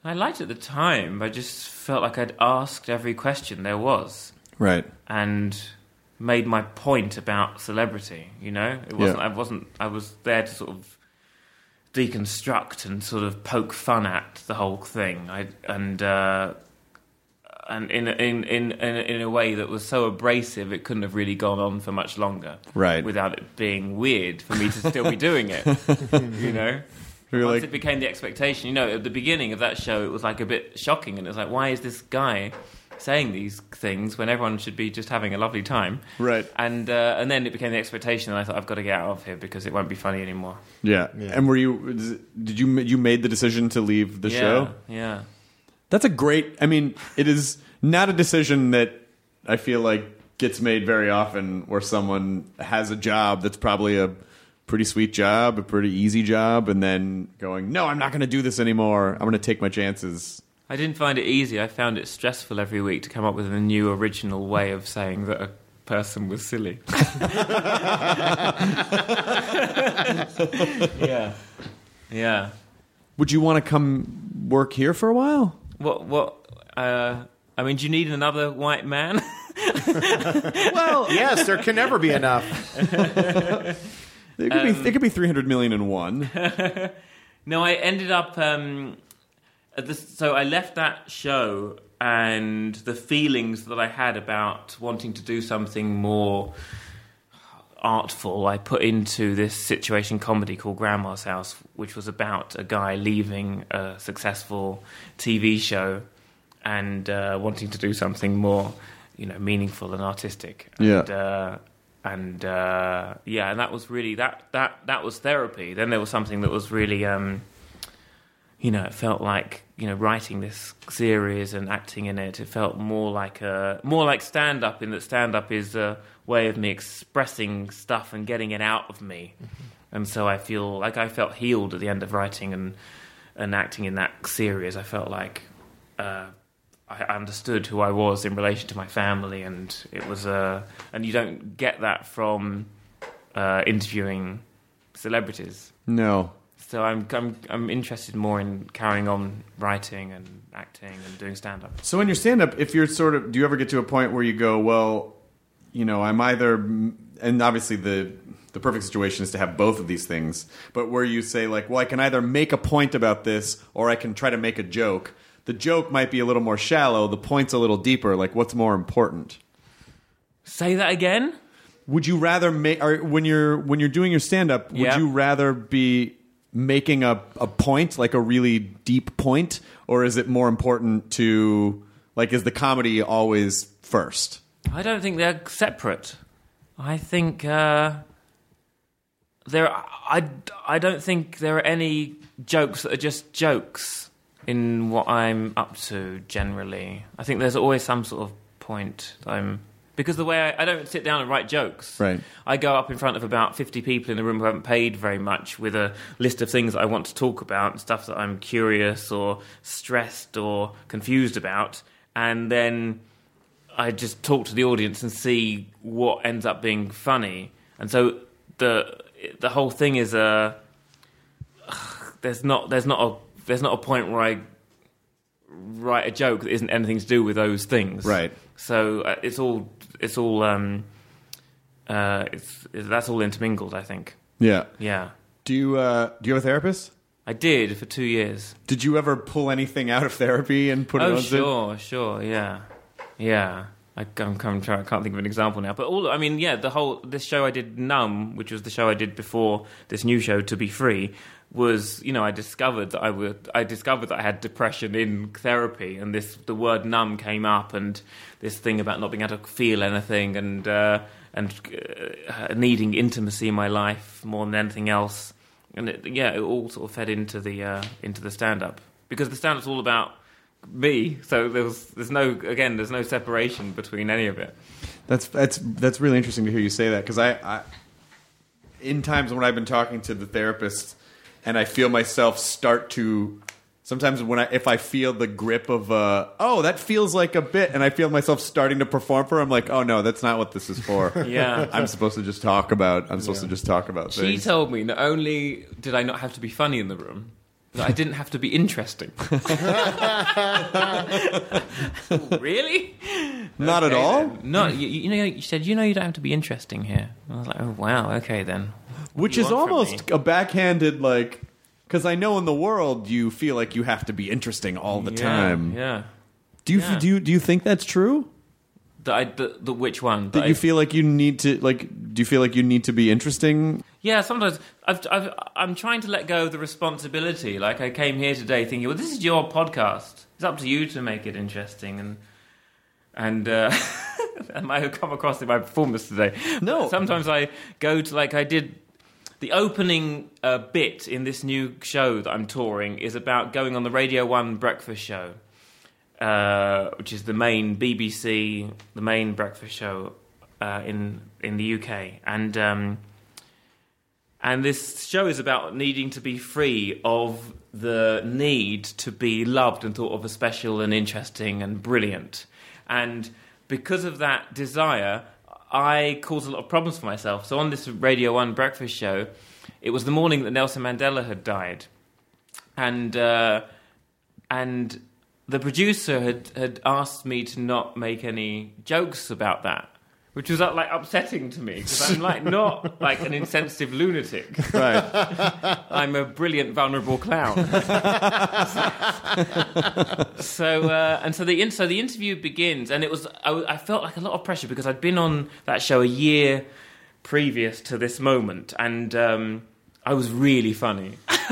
Speaker 7: I liked it at the time. but I just felt like I'd asked every question there was.
Speaker 1: Right.
Speaker 7: and made my point about celebrity. You know, it wasn't. I wasn't. I was there to sort of deconstruct and sort of poke fun at the whole thing. I and. Uh, and in, in in in in a way that was so abrasive, it couldn't have really gone on for much longer,
Speaker 1: Right.
Speaker 7: Without it being weird for me to still be doing it, you know.
Speaker 1: You're
Speaker 7: Once
Speaker 1: like-
Speaker 7: it became the expectation, you know, at the beginning of that show, it was like a bit shocking, and it was like, why is this guy saying these things when everyone should be just having a lovely time,
Speaker 1: Right.
Speaker 7: And uh, and then it became the expectation, and I thought I've got to get out of here because it won't be funny anymore.
Speaker 1: Yeah. And were you? Did you? You made the decision to leave the
Speaker 7: yeah,
Speaker 1: show.
Speaker 7: yeah.
Speaker 1: That's a great. I mean, it is not a decision that I feel like gets made very often, where someone has a job that's probably a pretty sweet job, a pretty easy job, and then going, "No, I'm not going to do this anymore. I'm going to take my chances."
Speaker 7: I didn't find it easy. I found it stressful every week to come up with a new original way of saying that a person was silly. yeah. Yeah.
Speaker 1: Would you want to come work here for a while?
Speaker 7: What what uh I mean, do you need another white man?
Speaker 6: yes, there can never be enough.
Speaker 1: It could be. It could be three hundred million and one.
Speaker 7: no, I ended up um at this, so I left that show and the feelings that I had about wanting to do something more artful I put into this situation comedy called Grandma's House, which was about a guy leaving a successful TV show and uh, wanting to do something more, you know, meaningful and artistic. And,
Speaker 1: Yeah.
Speaker 7: Uh, and uh, yeah, and that was really that that that was therapy. Then there was something that was really. Um, you know, it felt like you know writing this series and acting in it. It felt more like a more like stand up in that stand up is a way of me expressing stuff and getting it out of me, and so I feel like I felt healed at the end of writing and and acting in that series. I felt like uh, I understood who I was in relation to my family, and it was a and you don't get that from uh, interviewing celebrities.
Speaker 1: No.
Speaker 7: So I'm, I'm I'm interested more in carrying on writing and acting and doing stand up.
Speaker 1: So in your stand up, if you're sort of, do you ever get to a point where you go, well, you know, I'm either, and obviously the the perfect situation is to have both of these things, but where you say like, well, I can either make a point about this or I can try to make a joke. the joke might be a little more shallow, the point's a little deeper. Like, what's more important?
Speaker 7: Say that again.
Speaker 1: Would you rather make or when you're when you're doing your stand up, would
Speaker 7: Yeah.
Speaker 1: you rather be making a, a point, like a really deep point, or is it more important to like is the comedy always first?
Speaker 7: I don't think they're separate. I think uh, there. I, I don't think there are any jokes that are just jokes in what I'm up to. Generally, I think there's always some sort of point that I'm because the way I, I don't sit down and write jokes.
Speaker 1: Right.
Speaker 7: I go up in front of about 50 people in the room who haven't paid very much with a list of things that I want to talk about and stuff that I'm curious or stressed or confused about. And then I just talk to the audience and see what ends up being funny. And so the the whole thing is a there's not there's not a there's not a point where I write a joke that isn't anything to do with those things.
Speaker 1: Right.
Speaker 7: So uh, it's all it's all um uh it's, it's that's all intermingled. I think.
Speaker 1: Yeah.
Speaker 7: Yeah,
Speaker 1: Do you uh, do you have a therapist?
Speaker 7: I did for two years.
Speaker 1: Did you ever pull anything out of therapy and put it
Speaker 7: Oh
Speaker 1: on?
Speaker 7: sure, sure, yeah, yeah. I, I'm, I'm trying, I can't think of an example now, but all I mean, yeah, the whole this show I did, Numb, which was the show I did before this new show, To Be Free, was you know I discovered that I would I discovered that I had depression in therapy, and this the word numb came up, and this thing about not being able to feel anything, and uh, and uh, needing intimacy in my life more than anything else, and it, yeah, it all sort of fed into the uh, into the stand up because the stand up's all about me. So there's there's no again there's no separation between any of it.
Speaker 1: That's that's that's really interesting to hear you say that because I, I, in times when I've been talking to the therapist, and I feel myself start to. Sometimes when I, if I feel the grip of, uh, oh, that feels like a bit, and I feel myself starting to perform for, her, I'm like, oh no, that's not what this is for.
Speaker 7: Yeah.
Speaker 1: I'm supposed to just talk about. I'm supposed to just talk about
Speaker 7: She
Speaker 1: things.
Speaker 7: told me not only did I not have to be funny in the room, that I didn't have to be interesting. really?
Speaker 1: not at
Speaker 7: Okay,
Speaker 1: all.
Speaker 7: then. No, you, you know you said you know you don't have to be interesting here. I was like, oh wow, okay then.
Speaker 1: which
Speaker 7: you
Speaker 1: is
Speaker 7: want from
Speaker 1: almost a backhanded like because I know in the world you feel like you have to be interesting all the
Speaker 7: Yeah,
Speaker 1: time.
Speaker 7: Yeah.
Speaker 1: Do you
Speaker 7: Yeah.
Speaker 1: do you, do you think that's true?
Speaker 7: That I the, the which one
Speaker 1: That
Speaker 7: I-
Speaker 1: you feel like you need to like? Do you feel like you need to be interesting?
Speaker 7: Yeah, sometimes I've, I've, I'm trying to let go of the responsibility. Like I came here today thinking, well, this is your podcast. It's up to you to make it interesting, and and uh, I might have come across in my performance today.
Speaker 1: No.
Speaker 7: sometimes I go to like I did. The opening uh, bit in this new show that I'm touring is about going on the Radio One breakfast show, uh, which is the main BBC, the main breakfast show uh, in in the UK, and. Um, and this show is about needing to be free of the need to be loved and thought of as special and interesting and brilliant. And because of that desire, I caused a lot of problems for myself. So on this Radio 1 breakfast show, it was the morning that Nelson Mandela had died. And uh, and the producer had, had asked me to not make any jokes about that, which was uh, like upsetting to me because I'm like not like an insensitive lunatic.
Speaker 1: Right.
Speaker 7: I'm a brilliant vulnerable clown. so uh, and so the in, so the interview begins, and it was I, w- I felt like a lot of pressure because I'd been on that show a year previous to this moment, and um, I was really funny.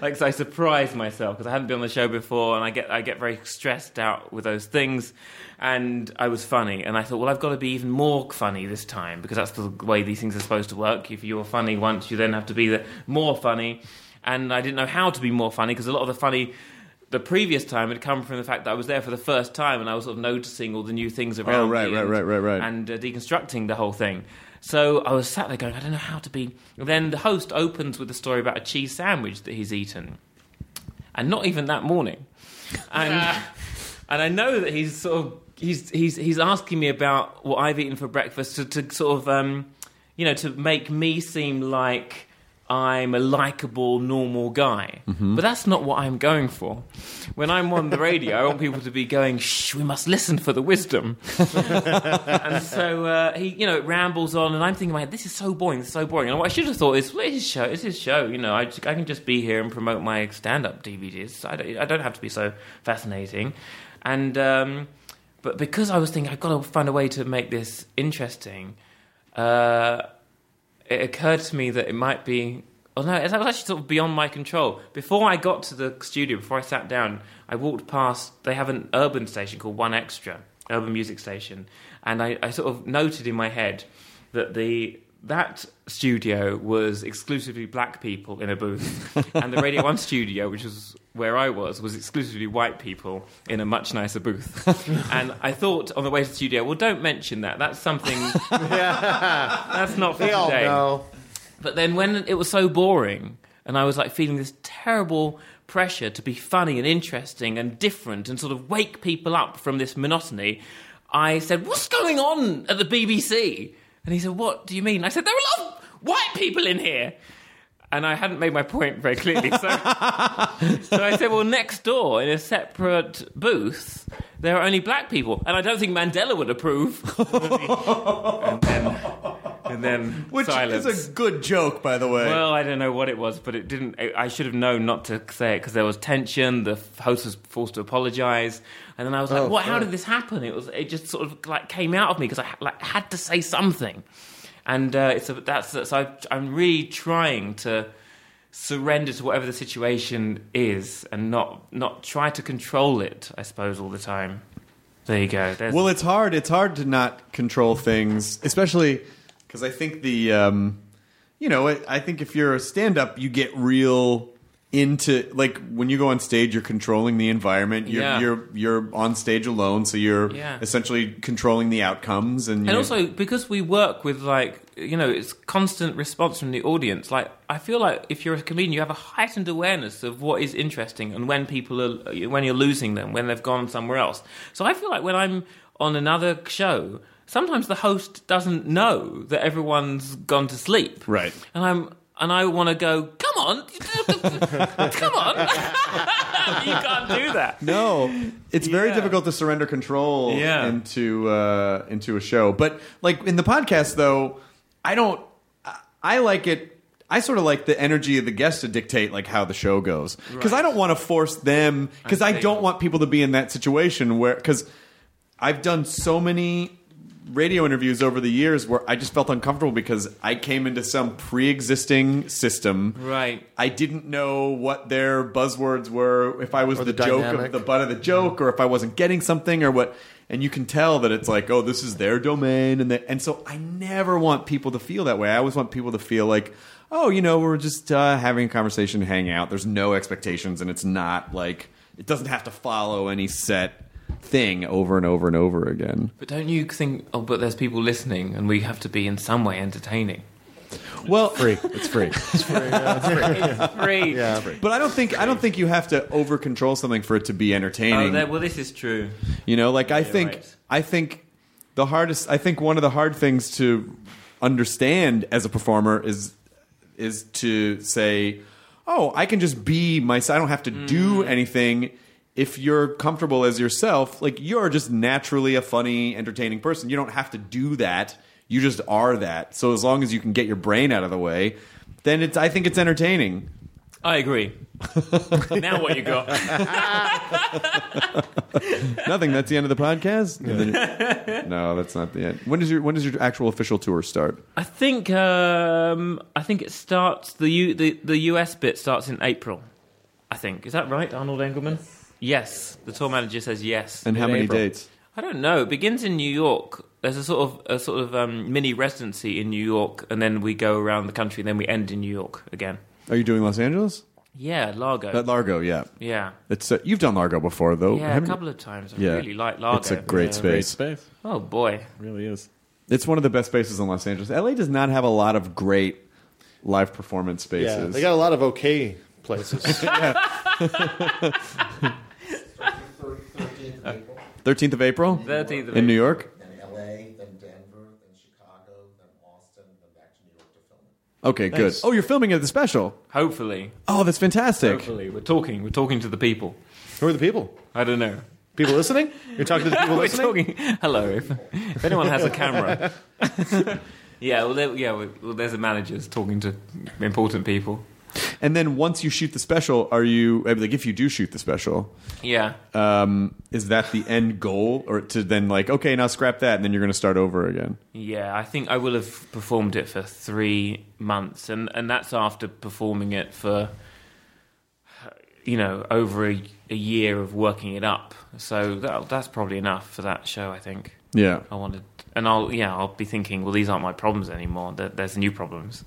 Speaker 7: like so I surprised myself because I hadn't been on the show before, and I get I get very stressed out with those things, and I was funny, and I thought, well, I've got to be even more funny this time because that's the way these things are supposed to work. If you're funny once, you then have to be the, more funny, and I didn't know how to be more funny because a lot of the funny. The previous time had come from the fact that I was there for the first time and I was sort of noticing all the new things around
Speaker 1: Oh, right,
Speaker 7: me
Speaker 1: right,
Speaker 7: and-
Speaker 1: right, right, right.
Speaker 7: and and uh, deconstructing the whole thing. So I was sat there going, I don't know how to be. Then the host opens with a story about a cheese sandwich that he's eaten, and not even that morning. And and I know that he's sort of he's he's he's asking me about what I've eaten for breakfast to, to sort of um, you know to make me seem like I'm a likable, normal guy. But that's not what I'm going for. When I'm on the radio, I want people to be going, shh, we must listen for the wisdom. and so uh, he, you know, it rambles on, and I'm thinking, man, this is so boring, this is so boring. And what I should have thought is, well, it's his show, it's his show. You know, I, j- I can just be here and promote my stand-up DVDs. I don't, I don't have to be so fascinating. And um, but because I was thinking, I've got to find a way to make this interesting. Uh, it occurred to me that it might be. Oh no, that was actually sort of beyond my control. Before I got to the studio, before I sat down, I walked past. They have an urban station called One Extra, urban music station, and I, I sort of noted in my head that the that studio was exclusively black people in a booth, and the Radio One studio, which was where I was, was exclusively white people in a much nicer booth. and I thought on the way to the studio, well, don't mention that. That's something. That's not for
Speaker 6: They all
Speaker 7: today.
Speaker 6: know.
Speaker 7: But then when it was so boring, and I was like feeling this terrible pressure to be funny and interesting and different and sort of wake people up from this monotony, I said, What's going on at the BBC? And he said, What do you mean? I said, There are a lot of white people in here. And I hadn't made my point very clearly. So, so I said, Well, next door in a separate booth, there are only black people. And I don't think Mandela would approve. and then, and then
Speaker 1: Which
Speaker 7: silence.
Speaker 1: is a good joke, by the way.
Speaker 7: Well, I don't know what it was, but it didn't. I I should have known not to say it because there was tension. The f- host was forced to apologize, and then I was like,
Speaker 6: Oh,
Speaker 7: "What? How
Speaker 6: fuck.
Speaker 7: did this happen?" It was. It just sort of like came out of me because I ha- like had to say something, and uh, it's a, that's so I, I'm really trying to surrender to whatever the situation is and not not try to control it. I suppose all the time. There you go. There's,
Speaker 1: Well, it's hard. It's hard to not control things, especially because I think the, um, you know, I I think if you're a stand-up, you get real into like when you go on stage, you're controlling the environment. You're
Speaker 7: Yeah.
Speaker 1: you're, you're on stage alone, so you're
Speaker 7: Yeah.
Speaker 1: essentially controlling the outcomes. And,
Speaker 7: And
Speaker 1: you-
Speaker 7: also because we work with like you know it's constant response from the audience. Like I feel like if you're a comedian, you have a heightened awareness of what is interesting and when people are when you're losing them, when they've gone somewhere else. So I feel like when I'm on another show, sometimes the host doesn't know that everyone's gone to sleep.
Speaker 1: Right.
Speaker 7: And I'm and I want to go. Come on, come on. you can't do that.
Speaker 1: no, it's very
Speaker 7: Yeah.
Speaker 1: difficult to surrender control
Speaker 7: Yeah.
Speaker 1: into uh, into a show. But like in the podcast, though, I don't. I, I like it. I sort of like the energy of the guest to dictate like how the show goes because I don't want to force them because
Speaker 7: I
Speaker 1: I
Speaker 7: see.
Speaker 1: don't want people to be in that situation where because I've done so many radio interviews over the years where I just felt uncomfortable because I came into some pre-existing system
Speaker 7: Right.
Speaker 1: I didn't know what their buzzwords were, if I was the,
Speaker 6: the
Speaker 1: joke of
Speaker 6: dynamic.
Speaker 1: the butt of the joke, or if I wasn't getting something, or what. And you can tell that it's like, oh, this is their domain, and that, and so I never want people to feel that way. I always want people to feel like, oh, you know, we're just uh, having a conversation, hanging out. There's no expectations, and it's not like it doesn't have to follow any set thing over and over and over again.
Speaker 7: But don't you think? Oh, but there's people listening, and we have to be in some way entertaining.
Speaker 1: Well,
Speaker 6: Free. It's free.
Speaker 7: Free.
Speaker 6: yeah, free.
Speaker 1: but I don't think I don't think you have to over control something for it to be entertaining.
Speaker 7: Oh, that, well, this is true.
Speaker 1: You know, like I think
Speaker 7: right.
Speaker 1: I think the hardest I think one of the hard things to understand as a performer is is to say, "Oh, I can just be myself. I don't have to do
Speaker 7: Mm.
Speaker 1: anything." If you're comfortable as yourself, like you're just naturally a funny, entertaining person. You don't have to do that. You just are that. So as long as you can get your brain out of the way, then it's I think it's entertaining.
Speaker 7: I agree. now what you got?
Speaker 1: Nothing. That's the end of the podcast. And then- no, that's not the end. When does your when does your actual official tour start?
Speaker 7: I think um, I think it starts the U, the the US bit starts in April. I think is that right, Arnold Engelman? Yes, the tour manager says yes.
Speaker 1: And how many
Speaker 7: Mid-April.
Speaker 1: dates?
Speaker 7: I don't know. It begins in New York. There's a sort of a sort of um, mini residency in New York, and then we go around the country, and then we end in New York again.
Speaker 1: Are you doing Los Angeles?
Speaker 7: Yeah, Largo.
Speaker 1: At Largo, yeah.
Speaker 7: yeah,
Speaker 1: It's uh, you've done Largo before though.
Speaker 7: yeah, a
Speaker 1: Oh, haven't you?
Speaker 7: couple of times. I
Speaker 1: Yeah.
Speaker 7: really like Largo.
Speaker 1: It's a great space.
Speaker 5: Great space.
Speaker 7: Oh boy,
Speaker 5: Really is.
Speaker 1: It's one of the best spaces in Los Angeles. LA does not have a lot of great live performance spaces.
Speaker 6: Yeah, they got a lot of okay places.
Speaker 1: 13th of April
Speaker 7: 13th of
Speaker 1: in New
Speaker 7: April.
Speaker 1: York.
Speaker 8: then LA, then Denver, then Chicago, then Austin, then back to New York to film it.
Speaker 1: Okay,
Speaker 7: Thanks.
Speaker 1: good. Oh, you're filming the special.
Speaker 7: Hopefully,
Speaker 1: Oh, that's fantastic.
Speaker 7: hopefully, we're talking. We're talking to the people.
Speaker 6: Who are the people?
Speaker 7: I don't know.
Speaker 6: People listening? You're talking to the people
Speaker 7: we're
Speaker 6: listening?
Speaker 7: talking. Hello, if, if anyone has a camera. yeah, well, there, yeah. Well, well, there's a manager's talking to important people.
Speaker 1: And then once you shoot the special, are you like if you do shoot the special,
Speaker 7: Yeah.
Speaker 1: um, is that the end goal, or to then like okay, now scrap that, and then you're going to start over again?
Speaker 7: Yeah, I think I will have performed it for three months, and and that's after performing it for you know over a, a year of working it up. So that that's probably enough for that show. I think
Speaker 1: Yeah.
Speaker 7: I wanted, and I'll yeah I'll be thinking, well, these aren't my problems anymore. There, there's new problems.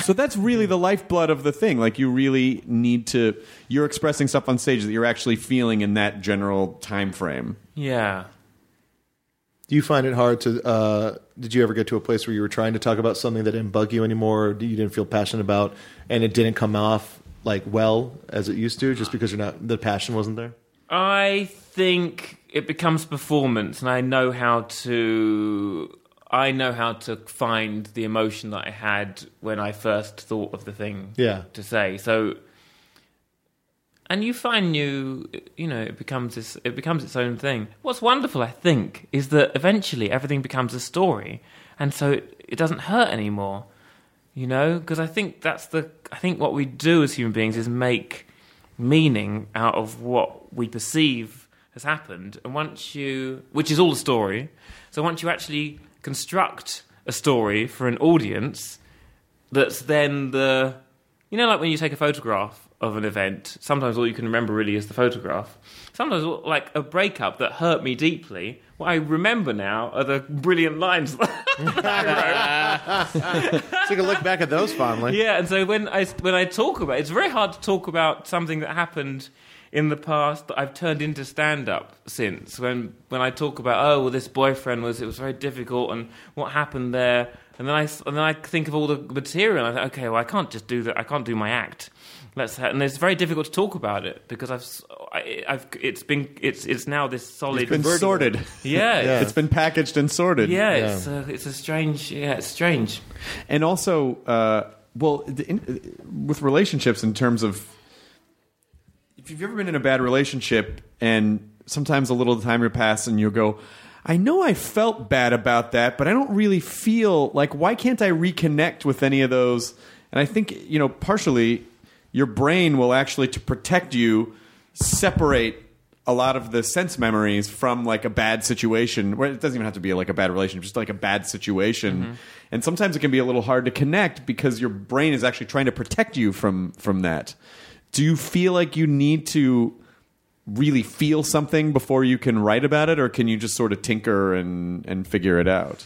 Speaker 1: So that's really the lifeblood of the thing. Like you really need to, you're expressing stuff on stage that you're actually feeling in that general time frame.
Speaker 7: Yeah,
Speaker 6: Do you find it hard to? Uh, did you ever get to a place where you were trying to talk about something that didn't bug you anymore, or you didn't feel passionate about, and it didn't come off like well as it used to, just because you're not the passion wasn't there?
Speaker 7: I think it becomes performance, and I know how to. I know how to find the emotion that I had when I first thought of the thing
Speaker 6: Yeah.
Speaker 7: to say. So, and you find new, you know, it becomes this, it becomes its own thing. What's wonderful, I think, is that eventually everything becomes a story, and so it, it doesn't hurt anymore. You know, because I think that's the, I think what we do as human beings is make meaning out of what we perceive has happened, and once you, which is all a story, so once you actually construct a story for an audience, that's then the you know like when you take a photograph of an event sometimes all you can remember really is the photograph sometimes like a breakup that hurt me deeply what i remember now are the brilliant lines
Speaker 6: So you can look back at those fondly.
Speaker 7: yeah and so when i when i talk about it's very hard to talk about something that happened in the past that i've turned into stand up since when when i talk about oh well this boyfriend was it was very difficult and what happened there and then i s- and then i think of all the material and i think okay well i can't just do that i can't do my act Let's ha- and it's very difficult to talk about it because I've, s- I, have i it's been, it's, it's now this solid.
Speaker 1: It's been sorted.
Speaker 7: Yeah, yeah,
Speaker 1: It's been packaged and sorted.
Speaker 7: yeah, It's, a, it's a strange, yeah, it's strange.
Speaker 1: And also, uh, well, the- in, with relationships in terms of if you've ever been in a bad relationship and sometimes a little time will pass and you'll go, I know I felt bad about that, but I don't really feel like why can't I reconnect with any of those? And I think, you know, partially your brain will actually to protect you separate a lot of the sense memories from like a bad situation where it doesn't even have to be like a bad relationship just like a bad situation and sometimes it can be a little hard to connect because your brain is actually trying to protect you from from that do you feel like you need to really feel something before you can write about it or can you just sort of tinker and and figure it out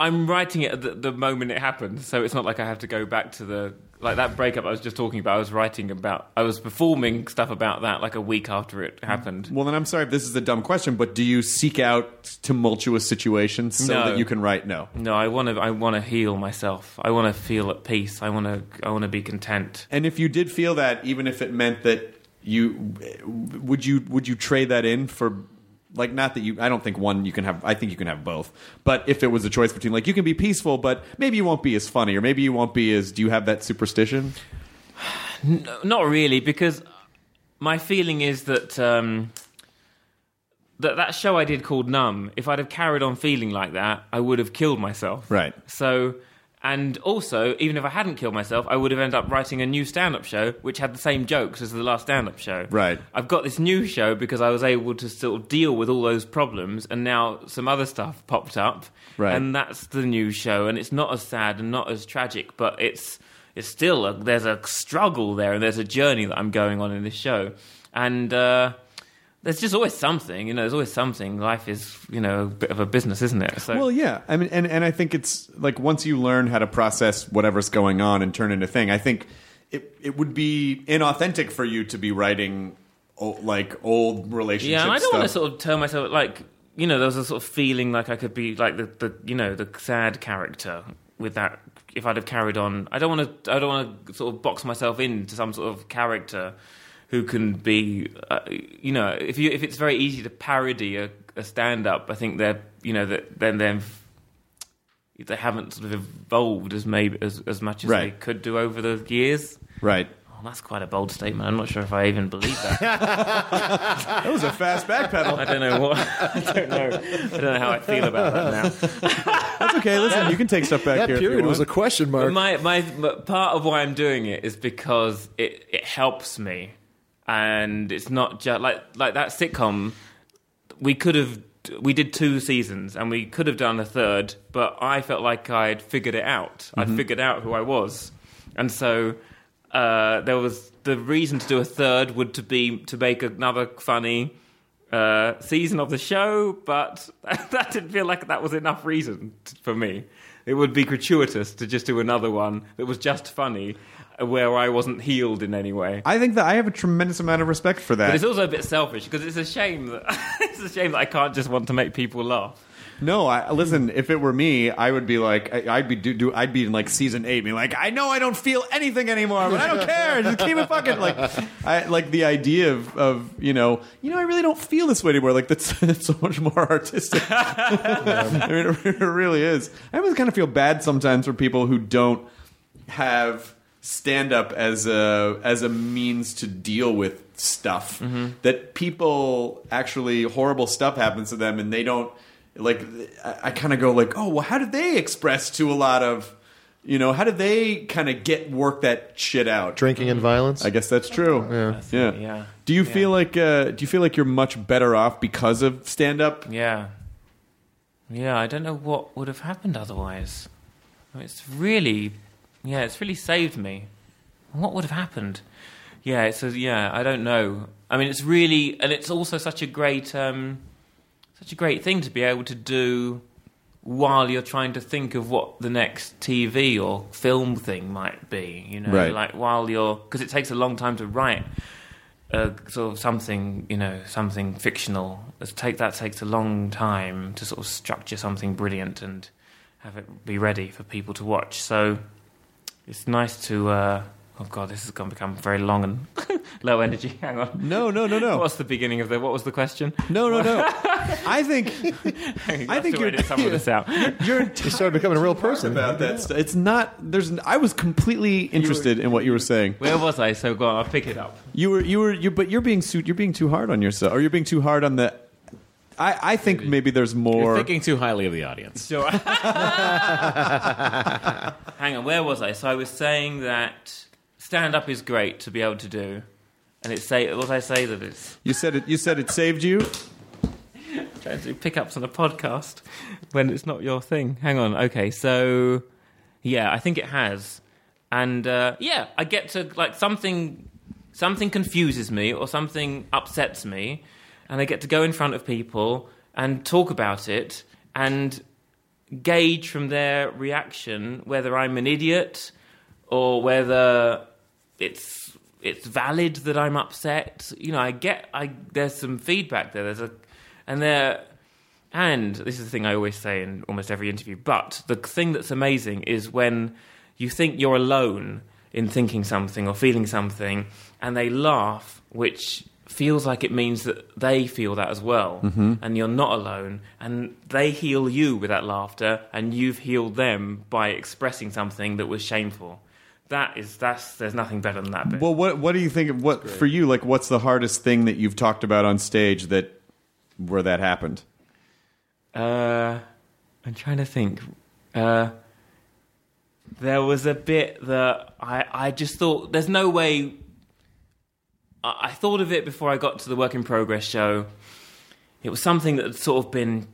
Speaker 7: I'm writing it at the, the moment it happened, so it's not like I have to go back to the like that breakup I was just talking about. I was writing about, I was performing stuff about that like a week after it happened.
Speaker 1: well then i'm sorry if this is a dumb question but do you seek out tumultuous situations so
Speaker 7: No.
Speaker 1: that you can write no
Speaker 7: No, I want to, I want to heal myself. I want to feel at peace. I want to, I want to be content.
Speaker 1: And if you did feel that, even if it meant that you would you would you trade that in for like not that you I don't think one you can have I think you can have both. But if it was a choice between like you can be peaceful, but maybe you won't be as funny, or maybe you won't be as do you have that superstition?
Speaker 7: Not really, because my feeling is that um, that that show I did called Numb. If I'd have carried on feeling like that, I would have killed myself.
Speaker 1: Right.
Speaker 7: So, and also, even if I hadn't killed myself, I would have ended up writing a new stand-up show which had the same jokes as the last stand-up show.
Speaker 1: Right.
Speaker 7: I've got this new show because I was able to sort of deal with all those problems, and now some other stuff popped up.
Speaker 1: Right.
Speaker 7: And that's the new show, and it's not as sad and not as tragic, but it's it's still a, there's a struggle there, and there's a journey that I'm going on in this show, and uh, there's just always something, you know. There's always something. Life is, you know, a bit of a business, isn't it? So
Speaker 1: Well, yeah. I mean, and, and I think it's like once you learn how to process whatever's going on and turn it into a thing, I think it it would be inauthentic for you to be writing o- like old relationship
Speaker 7: yeah, and I don't want to
Speaker 1: stuff.
Speaker 7: sort of turn myself like you know. There was a sort of feeling like I could be like the, the you know the sad character with that. If I'd have carried on, I don't want to. I don't want to sort of box myself into some sort of character who can be uh, you know. If you if it's very easy to parody a, a stand up, I think they're you know that then then they haven't sort of evolved as maybe as, as much as
Speaker 1: Right.
Speaker 7: they could do over the years.
Speaker 1: Right.
Speaker 7: Oh, that's quite a bold statement. I'm not sure if I even believe that.
Speaker 1: That was a fast back pedal.
Speaker 7: I don't know what. I don't know. I don't know how I feel about that now.
Speaker 1: That's okay. Listen, you can take stuff back
Speaker 6: That
Speaker 1: here. if you
Speaker 6: period was a
Speaker 1: want.
Speaker 6: question mark.
Speaker 7: But my, my but part of why I'm doing it is because it, it helps me, and it's not just like like that sitcom. We could have we did two seasons and we could have done a third, but I felt like I'd figured it out. I'd figured out who I was, and so uh, there was the reason to do a third would to be to make another funny. Uh, season of the show, but that didn't feel like that was enough reason t- for me. It would be gratuitous to just do another one that was just funny, uh, where I wasn't healed in any way.
Speaker 1: I think that I have a tremendous amount of respect for
Speaker 7: But
Speaker 1: that.
Speaker 7: it's also a bit selfish because it's a shame that it's a shame that I can't just want to make people laugh.
Speaker 1: No, I, listen. If it were me, I would be like, I, I'd be do, do, I'd be in like season eight, being like, I know I don't feel anything anymore, but I don't care. Just keep it fucking like, I like the idea of, of you know, you know, I really don't feel this way anymore. Like that's, that's so much more artistic. I mean, it, it really is. I always kind of feel bad sometimes for people who don't have stand up as a as a means to deal with stuff
Speaker 7: Mm-hmm.
Speaker 1: that people actually horrible stuff happens to them and they don't like i, I kind of go like oh well how did they express to a lot of you know how did they kind of get work that shit out
Speaker 6: Drinking and violence.
Speaker 1: i guess that's true yeah yeah,
Speaker 7: yeah.
Speaker 1: do you feel like uh, do you feel like you're much better off because of stand up
Speaker 7: Yeah, yeah. I don't know what would have happened otherwise. I mean, Oh, It's really, yeah, it's really saved me. What would have happened? Yeah, it's a, yeah. I don't know. I mean, it's really, and it's also such a great, um, such a great thing to be able to do while you're trying to think of what the next TV or film thing might be. You know,
Speaker 1: Right.
Speaker 7: like while you're because it takes a long time to write uh, sort of something, you know, something fictional. It's take that takes a long time to sort of structure something brilliant and have it be ready for people to watch. So it's nice to. Uh, oh god, this is going to become very long and low energy. Hang on.
Speaker 1: no no no no
Speaker 7: What's the beginning of the? What was the question?
Speaker 1: no no no i think think
Speaker 7: I think you
Speaker 1: you're-
Speaker 7: edit some of this out.
Speaker 1: you're
Speaker 6: He started becoming a real person.
Speaker 1: about that stuff. It's not. There's. n- I was completely interested in what you were saying.
Speaker 7: Where was I? So go on, I'll pick it up.
Speaker 1: You were. You were. You. But you're being. su- You're being too hard on yourself, or you're being too hard on the. I. I think maybe there's
Speaker 5: You're
Speaker 1: more.
Speaker 5: thinking too highly of the audience.
Speaker 7: So Hang on, where was I? So I was saying that stand up is great to be able to do. And it say what I say that it's
Speaker 1: You said it. You said it saved you.
Speaker 7: trying to do pickups on a podcast when it's not your thing. Hang on, okay, so yeah, I think it has. And uh, yeah, I get to like something something confuses me or something upsets me and I get to go in front of people and talk about it and gauge from their reaction whether I'm an idiot or whether it's it's valid that I'm upset. You know, I get I there's some feedback there. There's a and there and this is the thing I always say in almost every interview. But the thing that's amazing is when you think you're alone in thinking something or feeling something, and they laugh, which feels like it means that they feel that as well, and you're not alone, and they heal you with that laughter, and you've healed them by expressing something that was shameful. That is, that's, there's nothing better than that bit.
Speaker 1: Well, what. What do you think? of What for you? Like, what's the hardest thing that you've talked about on stage that where that happened?
Speaker 7: Uh, I'm trying to think. Uh, there was a bit that I, I just thought there's no way. I, I thought of it before I got to the work in progress show. It was something that had sort of been,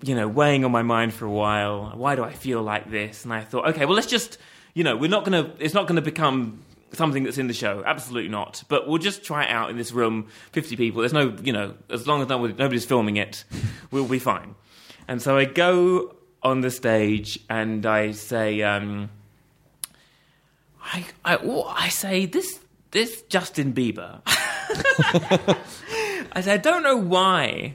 Speaker 7: you know, weighing on my mind for a while. Why do I feel like this? And I thought, okay, well, let's just, you know, we're not gonna. It's not gonna become something that's in the show. Absolutely not. But we'll just try it out in this room, 50 people. There's no, you know, as long as nobody, nobody's filming it, we'll be fine. And so I go on the stage and I say, um, I, I, oh, I say this, this Justin Bieber. I say I don't know why,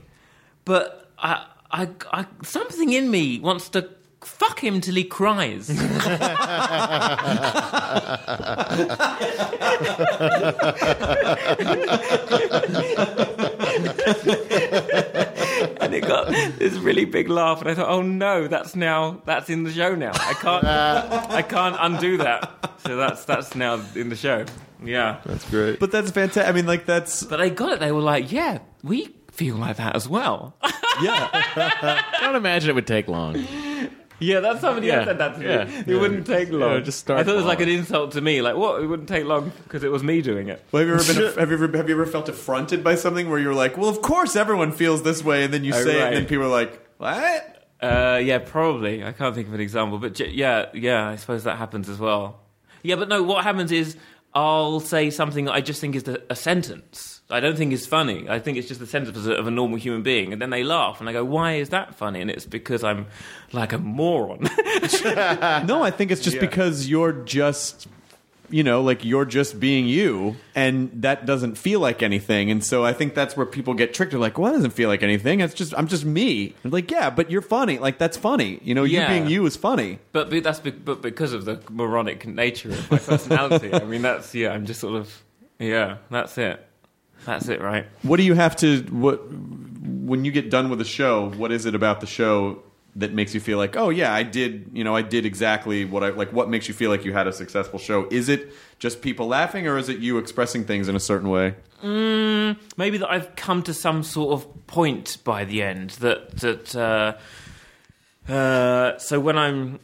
Speaker 7: but I, I, I, something in me wants to fuck him till he cries. and it got this really big laugh, and I thought, oh no, that's now that's in the show now. I can't I can't undo that. So that's that's now in the show. Yeah,
Speaker 6: That's great.
Speaker 1: But that's fantastic. I mean, like that's
Speaker 7: but they got it. They were like, yeah, we feel like that as well.
Speaker 1: yeah.
Speaker 5: I don't imagine it would take long.
Speaker 7: Yeah, that's somebody
Speaker 5: Yeah,
Speaker 7: else said that to me.
Speaker 5: yeah.
Speaker 7: It wouldn't take long.
Speaker 5: Yeah, just start
Speaker 7: I thought it was like an
Speaker 5: long.
Speaker 7: insult to me. Like, what? It wouldn't take long because it was me doing it.
Speaker 1: Well, have you ever been? Have you ever, have you ever felt affronted by something where you're like, well, of course everyone feels this way, and then you
Speaker 7: Oh,
Speaker 1: say it,
Speaker 7: right.
Speaker 1: and then people are like, what?
Speaker 7: Uh, yeah, probably. I can't think of an example, but j- yeah, yeah, I suppose that happens as well. Yeah, but no, what happens is I'll say something I just think is the, a sentence. I don't think is funny. I think it's just the sentence of a normal human being, and then they laugh, and I go, "Why is that funny?" And it's because I'm like a moron.
Speaker 1: No, I think it's just because you're just, you know, like you're just being you, and that doesn't feel like anything. And so I think that's where people get tricked. They're like, "Well, that doesn't feel like anything. It's just I'm just me." And like, yeah, but you're funny. Like that's funny. You know,
Speaker 7: Yeah.
Speaker 1: you being you is funny.
Speaker 7: But be, that's be, but because of the moronic nature of my personality. I mean, that's yeah. I'm just sort of yeah. That's it. That's it, right?
Speaker 1: What do you have to what when you get done with the show? What is it about the show? That makes you feel like, oh yeah, I did. You know, I did exactly what I like. What makes you feel like you had a successful show? Is it just people laughing, or is it you expressing things in a certain way?
Speaker 7: Maybe that I've come to some sort of point by the end that that. Uh, Uh, so when I'm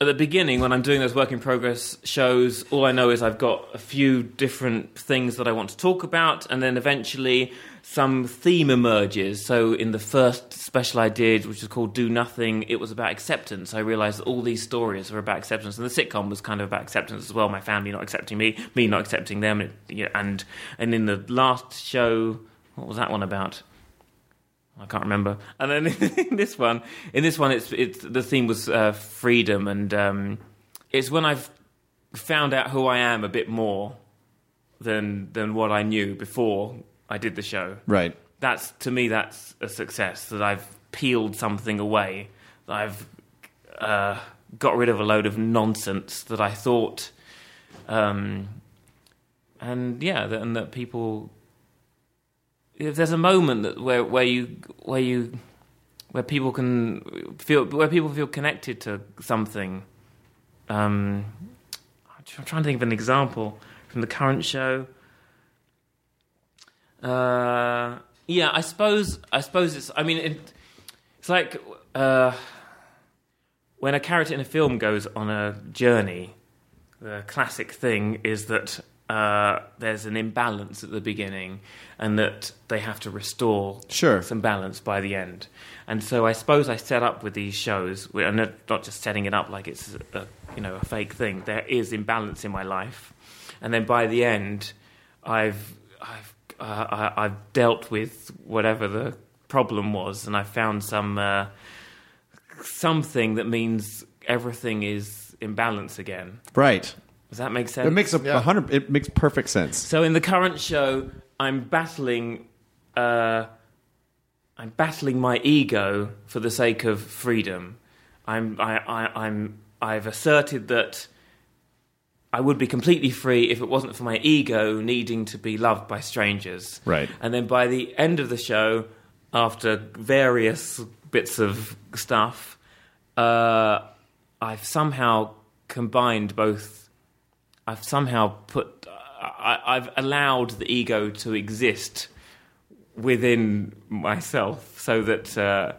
Speaker 7: at the beginning, when I'm doing those work in progress shows, all I know is I've got a few different things that I want to talk about, and then eventually some theme emerges. So in the first special I did, which was called "Do Nothing," it was about acceptance. I realised that all these stories were about acceptance, and the sitcom was kind of about acceptance as well. My family not accepting me, me not accepting them, and yeah, and, and in the last show, what was that one about? I can't remember. And then in this one, in this one, it's it's the theme was uh, freedom, and um, it's when I've found out who I am a bit more than than what I knew before I did the show.
Speaker 1: Right.
Speaker 7: That's to me, that's a success that I've peeled something away. That I've uh, got rid of a load of nonsense that I thought, um, and yeah, that, and that people if there's a moment that where where you where you where people can feel where people feel connected to something um I'm tr- I'm trying to think of an example from the current show uh yeah I suppose I suppose it's I mean it, it's like uh when a character in a film goes on a journey the classic thing is that uh, there's an imbalance at the beginning and that they have to restore
Speaker 1: Sure.
Speaker 7: some balance by the end. And so I suppose I set up with these shows, wi- I'm not, not just setting it up like it's a, you know, a fake thing. There is imbalance in my life. And then by the end, I've, I've, uh, I- I've dealt with whatever the problem was and I found some. Uh, something that means everything is in balance again.
Speaker 1: Right.
Speaker 7: Does that make sense?
Speaker 1: It makes a, a hundred. It makes perfect sense.
Speaker 7: so in the current show, I'm battling, uh, I'm battling my ego for the sake of freedom. I'm, I, I, I'm, I've asserted that I would be completely free if it wasn't for my ego needing to be loved by strangers.
Speaker 1: Right.
Speaker 7: And then by the end of the show, after various bits of stuff, uh, I've somehow combined both. I've somehow put. I, I've allowed the ego to exist within myself, so that. Uh,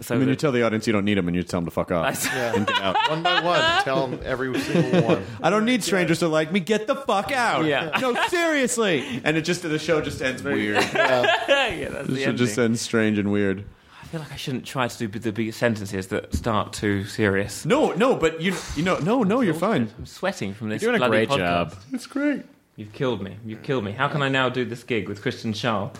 Speaker 7: so
Speaker 1: I mean,
Speaker 7: that
Speaker 1: you tell the audience you don't need them, and you tell them to fuck
Speaker 7: I
Speaker 1: off.
Speaker 7: s-
Speaker 1: and get out.
Speaker 6: one by one, tell them every single one.
Speaker 1: I don't need strangers to like me. Get the fuck out.
Speaker 7: Yeah.
Speaker 1: No, seriously. And it just the show just ends weird.
Speaker 7: yeah, that's
Speaker 1: the
Speaker 7: the
Speaker 1: show
Speaker 7: ending.
Speaker 1: just ends strange and weird.
Speaker 7: I feel like I shouldn't try to do b- the big sentences that start too serious.
Speaker 1: No, no, but you, you know, no, no, you're fine.
Speaker 7: I'm sweating from this.
Speaker 5: You're doing a
Speaker 7: bloody
Speaker 5: great
Speaker 7: podcast.
Speaker 5: job.
Speaker 1: It's great.
Speaker 7: You've killed me. You've killed me. How can I now do this gig with Christian Shaw?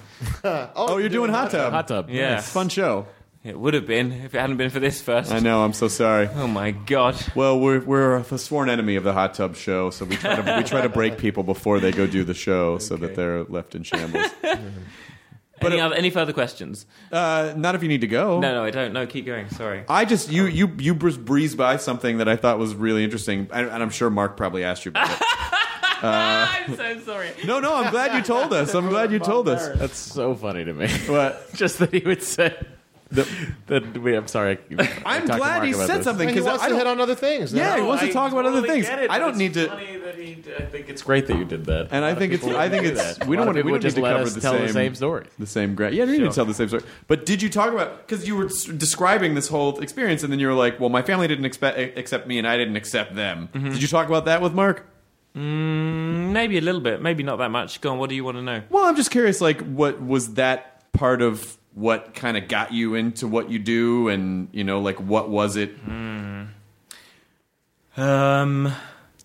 Speaker 1: Oh, you're doing hot tub.
Speaker 5: Hot tub.
Speaker 7: Yeah.
Speaker 5: Nice.
Speaker 1: Fun show.
Speaker 7: It would have been if it hadn't been for this first.
Speaker 1: I know. I'm so sorry.
Speaker 7: Oh my god.
Speaker 1: Well, we're we're the sworn enemy of the hot tub show, so we try to we try to break people before they go do the show, so that they're left in shambles.
Speaker 7: any, other, any further questions?
Speaker 1: Uh, not if you need to go.
Speaker 7: No, no, I don't. No, keep going. Sorry.
Speaker 1: I just you you you br- breezed by something that I thought was really interesting, and, and I'm sure Mark probably asked you about it.
Speaker 7: I'm so sorry.
Speaker 1: No, no, I'm glad you told us. I'm glad you told us.
Speaker 5: That's so funny to me.
Speaker 1: What?
Speaker 5: Just that he would say, that we, I'm sorry. I- I
Speaker 1: I'm
Speaker 5: talked
Speaker 1: glad
Speaker 5: to Mark
Speaker 1: he
Speaker 5: about
Speaker 1: said
Speaker 5: this.
Speaker 1: something
Speaker 6: He
Speaker 1: because
Speaker 6: wants
Speaker 1: I
Speaker 6: to
Speaker 1: don't.
Speaker 6: hit on other things.
Speaker 1: yeah, he
Speaker 6: No,
Speaker 1: wants
Speaker 5: I
Speaker 1: to talk about other
Speaker 5: totally
Speaker 1: things.
Speaker 5: get it,
Speaker 1: I
Speaker 5: but
Speaker 1: don't
Speaker 5: it's
Speaker 1: need to.
Speaker 5: funny that he- I think it's great that you did that.
Speaker 1: And
Speaker 5: A
Speaker 1: I
Speaker 5: lot of
Speaker 1: think it's.
Speaker 5: people
Speaker 1: I
Speaker 5: wouldn't
Speaker 1: think
Speaker 5: do
Speaker 1: it's.
Speaker 5: that.
Speaker 1: We
Speaker 5: A lot
Speaker 1: don't
Speaker 5: of
Speaker 1: want. We
Speaker 5: people
Speaker 1: don't
Speaker 5: just
Speaker 1: need to
Speaker 5: let
Speaker 1: cover
Speaker 5: us
Speaker 1: the
Speaker 5: tell
Speaker 1: same,
Speaker 5: the same story.
Speaker 1: The same. Gra- yeah, you didn't
Speaker 5: Sure.
Speaker 1: tell the same story. But did you talk about? Because you were s- describing this whole experience, and then you were like, "Well, my family didn't expe- e, accept me, and I didn't accept them."
Speaker 5: Mm-hmm.
Speaker 1: Did you talk about that with Mark?
Speaker 7: Maybe a little bit, maybe not that much. Go on, what do you want to know?
Speaker 1: Well, I'm just curious. Like, what was that part of? What kind of got you into what you do, and you know, like, what was it?
Speaker 5: Hmm.
Speaker 7: Um,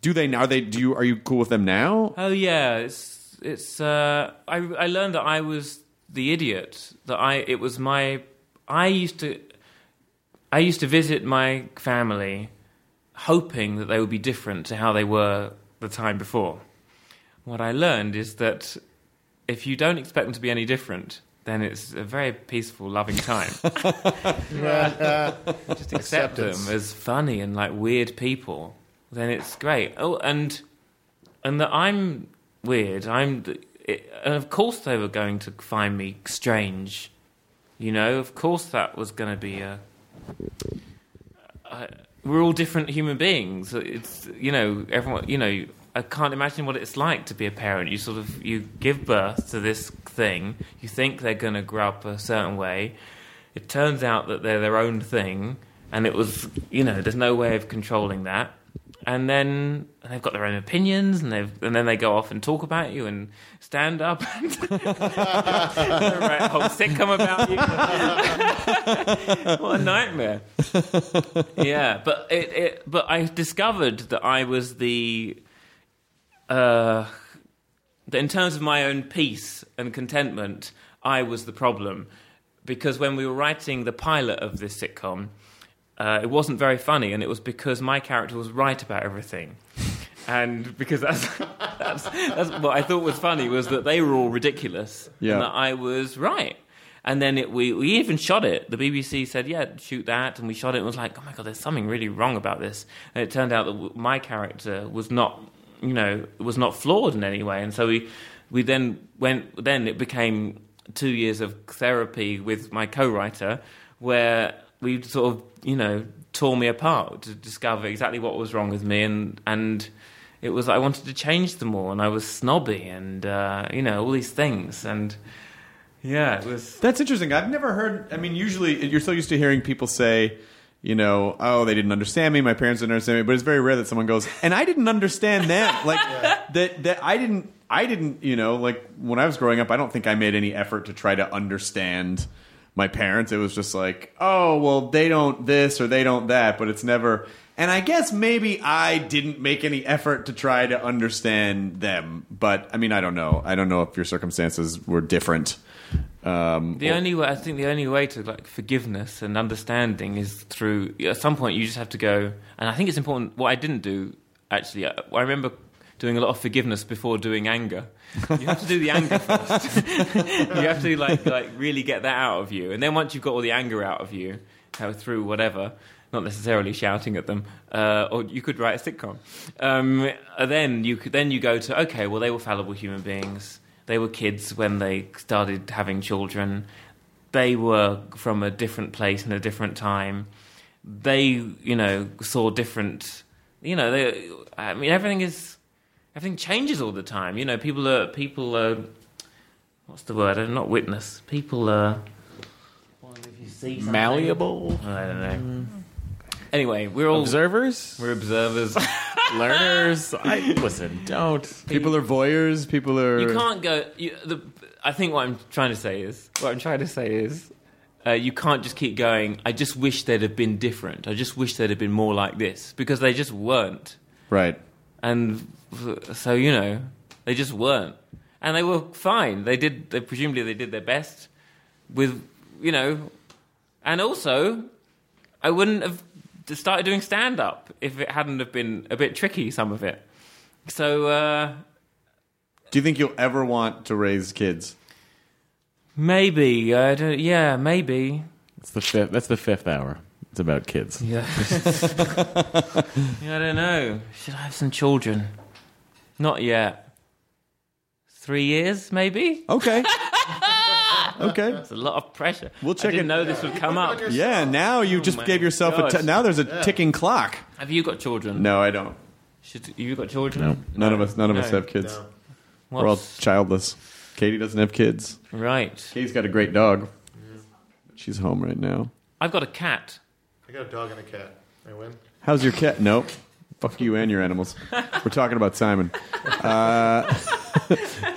Speaker 1: Do they now? Are they do you? Are you cool with them now?
Speaker 7: oh yeah, it's it's. Uh, I I learned that I was the idiot. That I it was my. I used to. I used to visit my family, hoping that they would be different to how they were the time before. What I learned is that if you don't expect them to be any different, then it's a very peaceful, loving time. just accept
Speaker 6: Acceptance.
Speaker 7: them as funny and like weird people, then it's great. Oh, and and that I'm weird. I'm, th- it, and of course they were going to find me strange. You know, of course that was going to be a. I- uh, we're all different human beings. It's you know everyone. You know, I can't imagine what it's like to be a parent. You sort of you give birth to this thing. You think they're going to grow up a certain way. It turns out that they're their own thing, and it was you know there's no way of controlling that. And then they've got their own opinions, and they've and then they go off and talk about you and stand up and write a whole sitcom about you what a nightmare. yeah, but it, it but I discovered that I was the uh that in terms of my own peace and contentment, I was the problem because when we were writing the pilot of this sitcom, uh, it wasn't very funny, and it was because my character was right about everything. And because that's, that's, that's what I thought was funny was that they were all ridiculous,
Speaker 1: Yeah.
Speaker 7: and that I was right. And then it, we we even shot it. The BBC said, "Yeah, shoot that," and we shot it. And it was like, "Oh my god, there's something really wrong about this." And it turned out that w- my character was not, you know, was not flawed in any way. And so we we then went. Then it became two years of therapy with my co-writer, where we sort of, you know, tore me apart to discover exactly what was wrong with me, and and it was I wanted to change them all, and I was snobby, and uh, you know, all these things, and. Yeah, it was.
Speaker 1: That's interesting. I've never heard. I mean, usually you're so used to hearing people say, you know, oh, they didn't understand me. My parents didn't understand me. But it's very rare that someone goes, and I didn't understand them. Like that. That I didn't. I didn't. You know, like when I was growing up, I don't think I made any effort to try to understand my parents. It was just like, oh, well, they don't this or they don't that. But it's never. And I guess maybe I didn't make any effort to try to understand them. But I mean, I don't know. I don't know if your circumstances were different. Um,
Speaker 7: The only way I think the only way to like forgiveness and understanding is through. At some point, you just have to go. And I think it's important. What I didn't do actually, I, I remember doing a lot of forgiveness before doing anger. You have to do the anger first. you have to like like really get that out of you, and then once you've got all the anger out of you, how through whatever. Not necessarily shouting at them, uh, or you could write a sitcom. Um, uh, then you could, then you go to okay, well they were fallible human beings. They were kids when they started having children. They were from a different place and a different time. They, you know, saw different. You know, they. I mean, everything is everything changes all the time. You know, people are people are. What's the word? I'm not witness. People are. Well, if you see something-
Speaker 5: Malleable
Speaker 7: I don't know. Anyway, we're all
Speaker 5: observers,
Speaker 7: we're observers.
Speaker 5: learners. I listen. Don't.
Speaker 1: People are voyeurs. People are.
Speaker 7: You can't go. You, the, I think what I'm trying to say is what I'm trying to say is uh, you can't just keep going. I just wish they'd have been different. I just wish they'd have been more like this because they just weren't.
Speaker 1: Right.
Speaker 7: and f- so you know they just weren't and they were fine they did they presumably they did their best with you know and also i wouldn't have d- started doing stand up if it hadn't have been a bit tricky some of it so uh
Speaker 1: Do you think you'll ever want to raise kids?
Speaker 7: maybe i don't yeah maybe
Speaker 5: It's the fifth. That's the fifth hour. It's about kids.
Speaker 7: yeah yeah i don't know should i have some children not yet 3 years maybe
Speaker 1: Okay. Okay.
Speaker 7: That's a lot of pressure.
Speaker 1: We'll check
Speaker 7: I didn't
Speaker 1: it-
Speaker 7: know this would come up.
Speaker 1: Yeah, now you just
Speaker 7: my
Speaker 1: gave yourself
Speaker 7: God.
Speaker 1: a. T- now there's a ticking clock.
Speaker 7: Have you got children?
Speaker 1: No, I don't.
Speaker 7: Should, have you got children? No.
Speaker 1: None of us. None of us
Speaker 7: No.
Speaker 1: have kids.
Speaker 7: Well,
Speaker 1: We're all childless. Katie doesn't have kids.
Speaker 7: right.
Speaker 1: Katie's got a great dog. She's home right now.
Speaker 7: I've got a cat.
Speaker 6: I got a dog and a cat. I win.
Speaker 1: How's your cat? Nope. Fuck you and your animals. We're talking about Simon. Uh,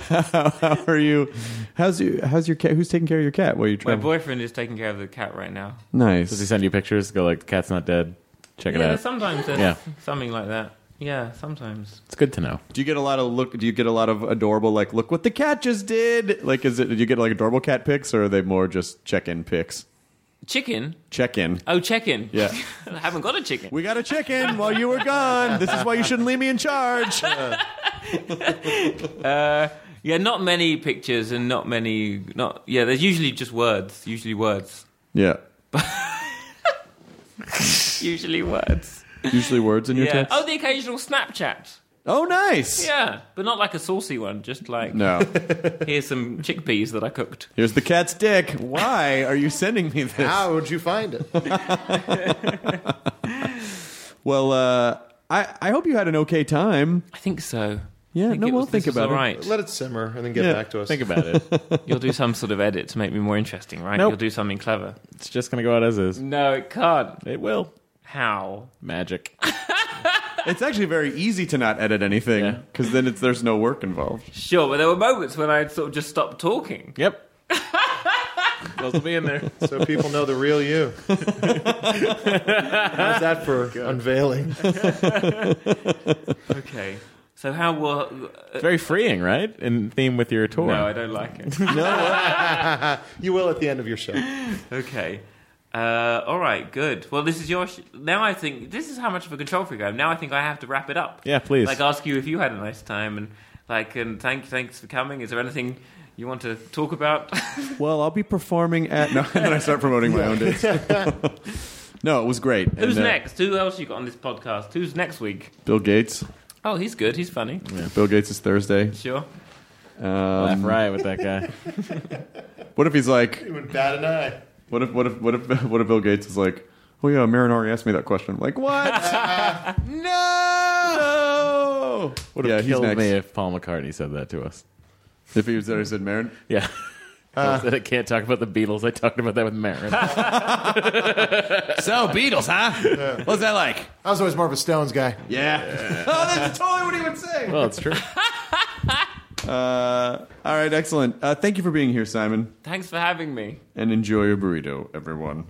Speaker 1: how, how are you? How's you? How's your cat? Who's taking care of your cat while you
Speaker 7: My
Speaker 1: travel?
Speaker 7: boyfriend is taking care of the cat right now.
Speaker 9: Does he
Speaker 1: Nice.
Speaker 9: send you pictures? Go like, cat's not dead. Check it
Speaker 7: yeah,
Speaker 9: out.
Speaker 7: sometimes there's
Speaker 9: Yeah.
Speaker 7: something like that. Yeah, sometimes.
Speaker 9: it's good to know.
Speaker 1: Do you get a lot of look? Do you get a lot of adorable like look what the cat just did? Like, is it? Do you get like adorable cat pics, or are they more just check in pics?
Speaker 7: Chicken?
Speaker 1: Check in.
Speaker 7: Oh, chicken.
Speaker 1: Yeah.
Speaker 7: I haven't got a chicken.
Speaker 1: We got a chicken while you were gone. This is why you shouldn't leave me in charge.
Speaker 7: Yeah, not many pictures and not many. Not yeah. There's usually just words. Usually words.
Speaker 1: Yeah.
Speaker 7: Usually words.
Speaker 1: Usually words in your
Speaker 7: Yeah.
Speaker 1: text.
Speaker 7: Oh, the occasional Snapchat.
Speaker 1: Oh, nice.
Speaker 7: Yeah, but not like a saucy one. Just like
Speaker 1: No.
Speaker 7: here's some chickpeas that I cooked.
Speaker 1: Here's the cat's dick. Why are you sending me this?
Speaker 6: How would you find it?
Speaker 1: Well, uh, I, I hope you had an okay time.
Speaker 7: I think so.
Speaker 1: Yeah,
Speaker 7: I think
Speaker 1: no,
Speaker 7: it
Speaker 1: we'll
Speaker 7: was-
Speaker 1: think
Speaker 7: this was
Speaker 1: about it.
Speaker 7: all right.
Speaker 6: Let it simmer and then get
Speaker 1: Yeah,
Speaker 6: back to us.
Speaker 9: Think about it.
Speaker 7: You'll do some sort of edit to make me more interesting, right?
Speaker 9: Nope.
Speaker 7: You'll do something clever.
Speaker 9: it's just gonna go out as is.
Speaker 7: No, it can't.
Speaker 1: Mm-hmm.
Speaker 9: It will.
Speaker 7: How?
Speaker 9: Magic.
Speaker 1: It's actually very easy to not edit anything
Speaker 9: Yeah.
Speaker 1: because then it's, there's no work involved.
Speaker 7: Sure, but there were moments when I sort of just stopped talking.
Speaker 9: Yep. Those will be in there.
Speaker 6: so people know the real you. How's that for unveiling?
Speaker 7: Okay. So how will?
Speaker 9: It's very freeing, right? In theme with your tour.
Speaker 7: no, I don't like it.
Speaker 6: You will at the end of your show.
Speaker 7: Okay. Uh, all right, good. Well, this is your. Sh- now I think this is how much of a control freak I am. Now I think I have to wrap it up.
Speaker 9: Yeah, please.
Speaker 7: Like ask you if you had a nice time and like and thank thanks for coming. Is there anything you want to talk about?
Speaker 1: Well, I'll be performing at. No, and then I start promoting my own dates. no, it was great.
Speaker 7: Who's
Speaker 1: And, uh,
Speaker 7: next? Who else you got on this podcast? Who's next week?
Speaker 1: Bill Gates.
Speaker 7: Oh, he's good. He's funny.
Speaker 1: Bill Gates is Thursday.
Speaker 7: Sure.
Speaker 1: Um,
Speaker 9: Laugh riot with that guy.
Speaker 1: What if he's like,
Speaker 6: You would bat an eye.
Speaker 1: What if what if what if what if Bill Gates is like, oh yeah, Marinari asked me that question. I'm like what? no. What
Speaker 9: Would have killed me if Paul McCartney said that to us.
Speaker 1: If he was there, he said Marin.
Speaker 9: Yeah.
Speaker 1: Uh.
Speaker 9: I said I can't talk about the Beatles. I talked about that with Marin.
Speaker 1: So Beatles, huh? What's that like?
Speaker 6: I was always more of a Stones guy.
Speaker 1: Yeah. oh, that's totally what he would say.
Speaker 9: well, it's true.
Speaker 1: Uh, all right, excellent. Uh, thank you for being here, Simon,
Speaker 7: Thanks for having me.
Speaker 1: and enjoy your burrito, everyone.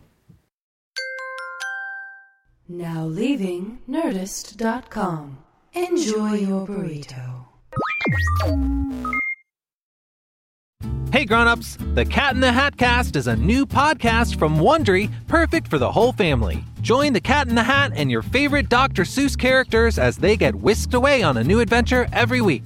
Speaker 10: Now leaving Nerdist.com. Enjoy your burrito.
Speaker 5: Hey grown-ups, The Cat in the Hat Cast is a new podcast from Wondery, perfect for the whole family. Join The Cat in the Hat and your favorite Dr. Seuss characters as they get whisked away on a new adventure every week.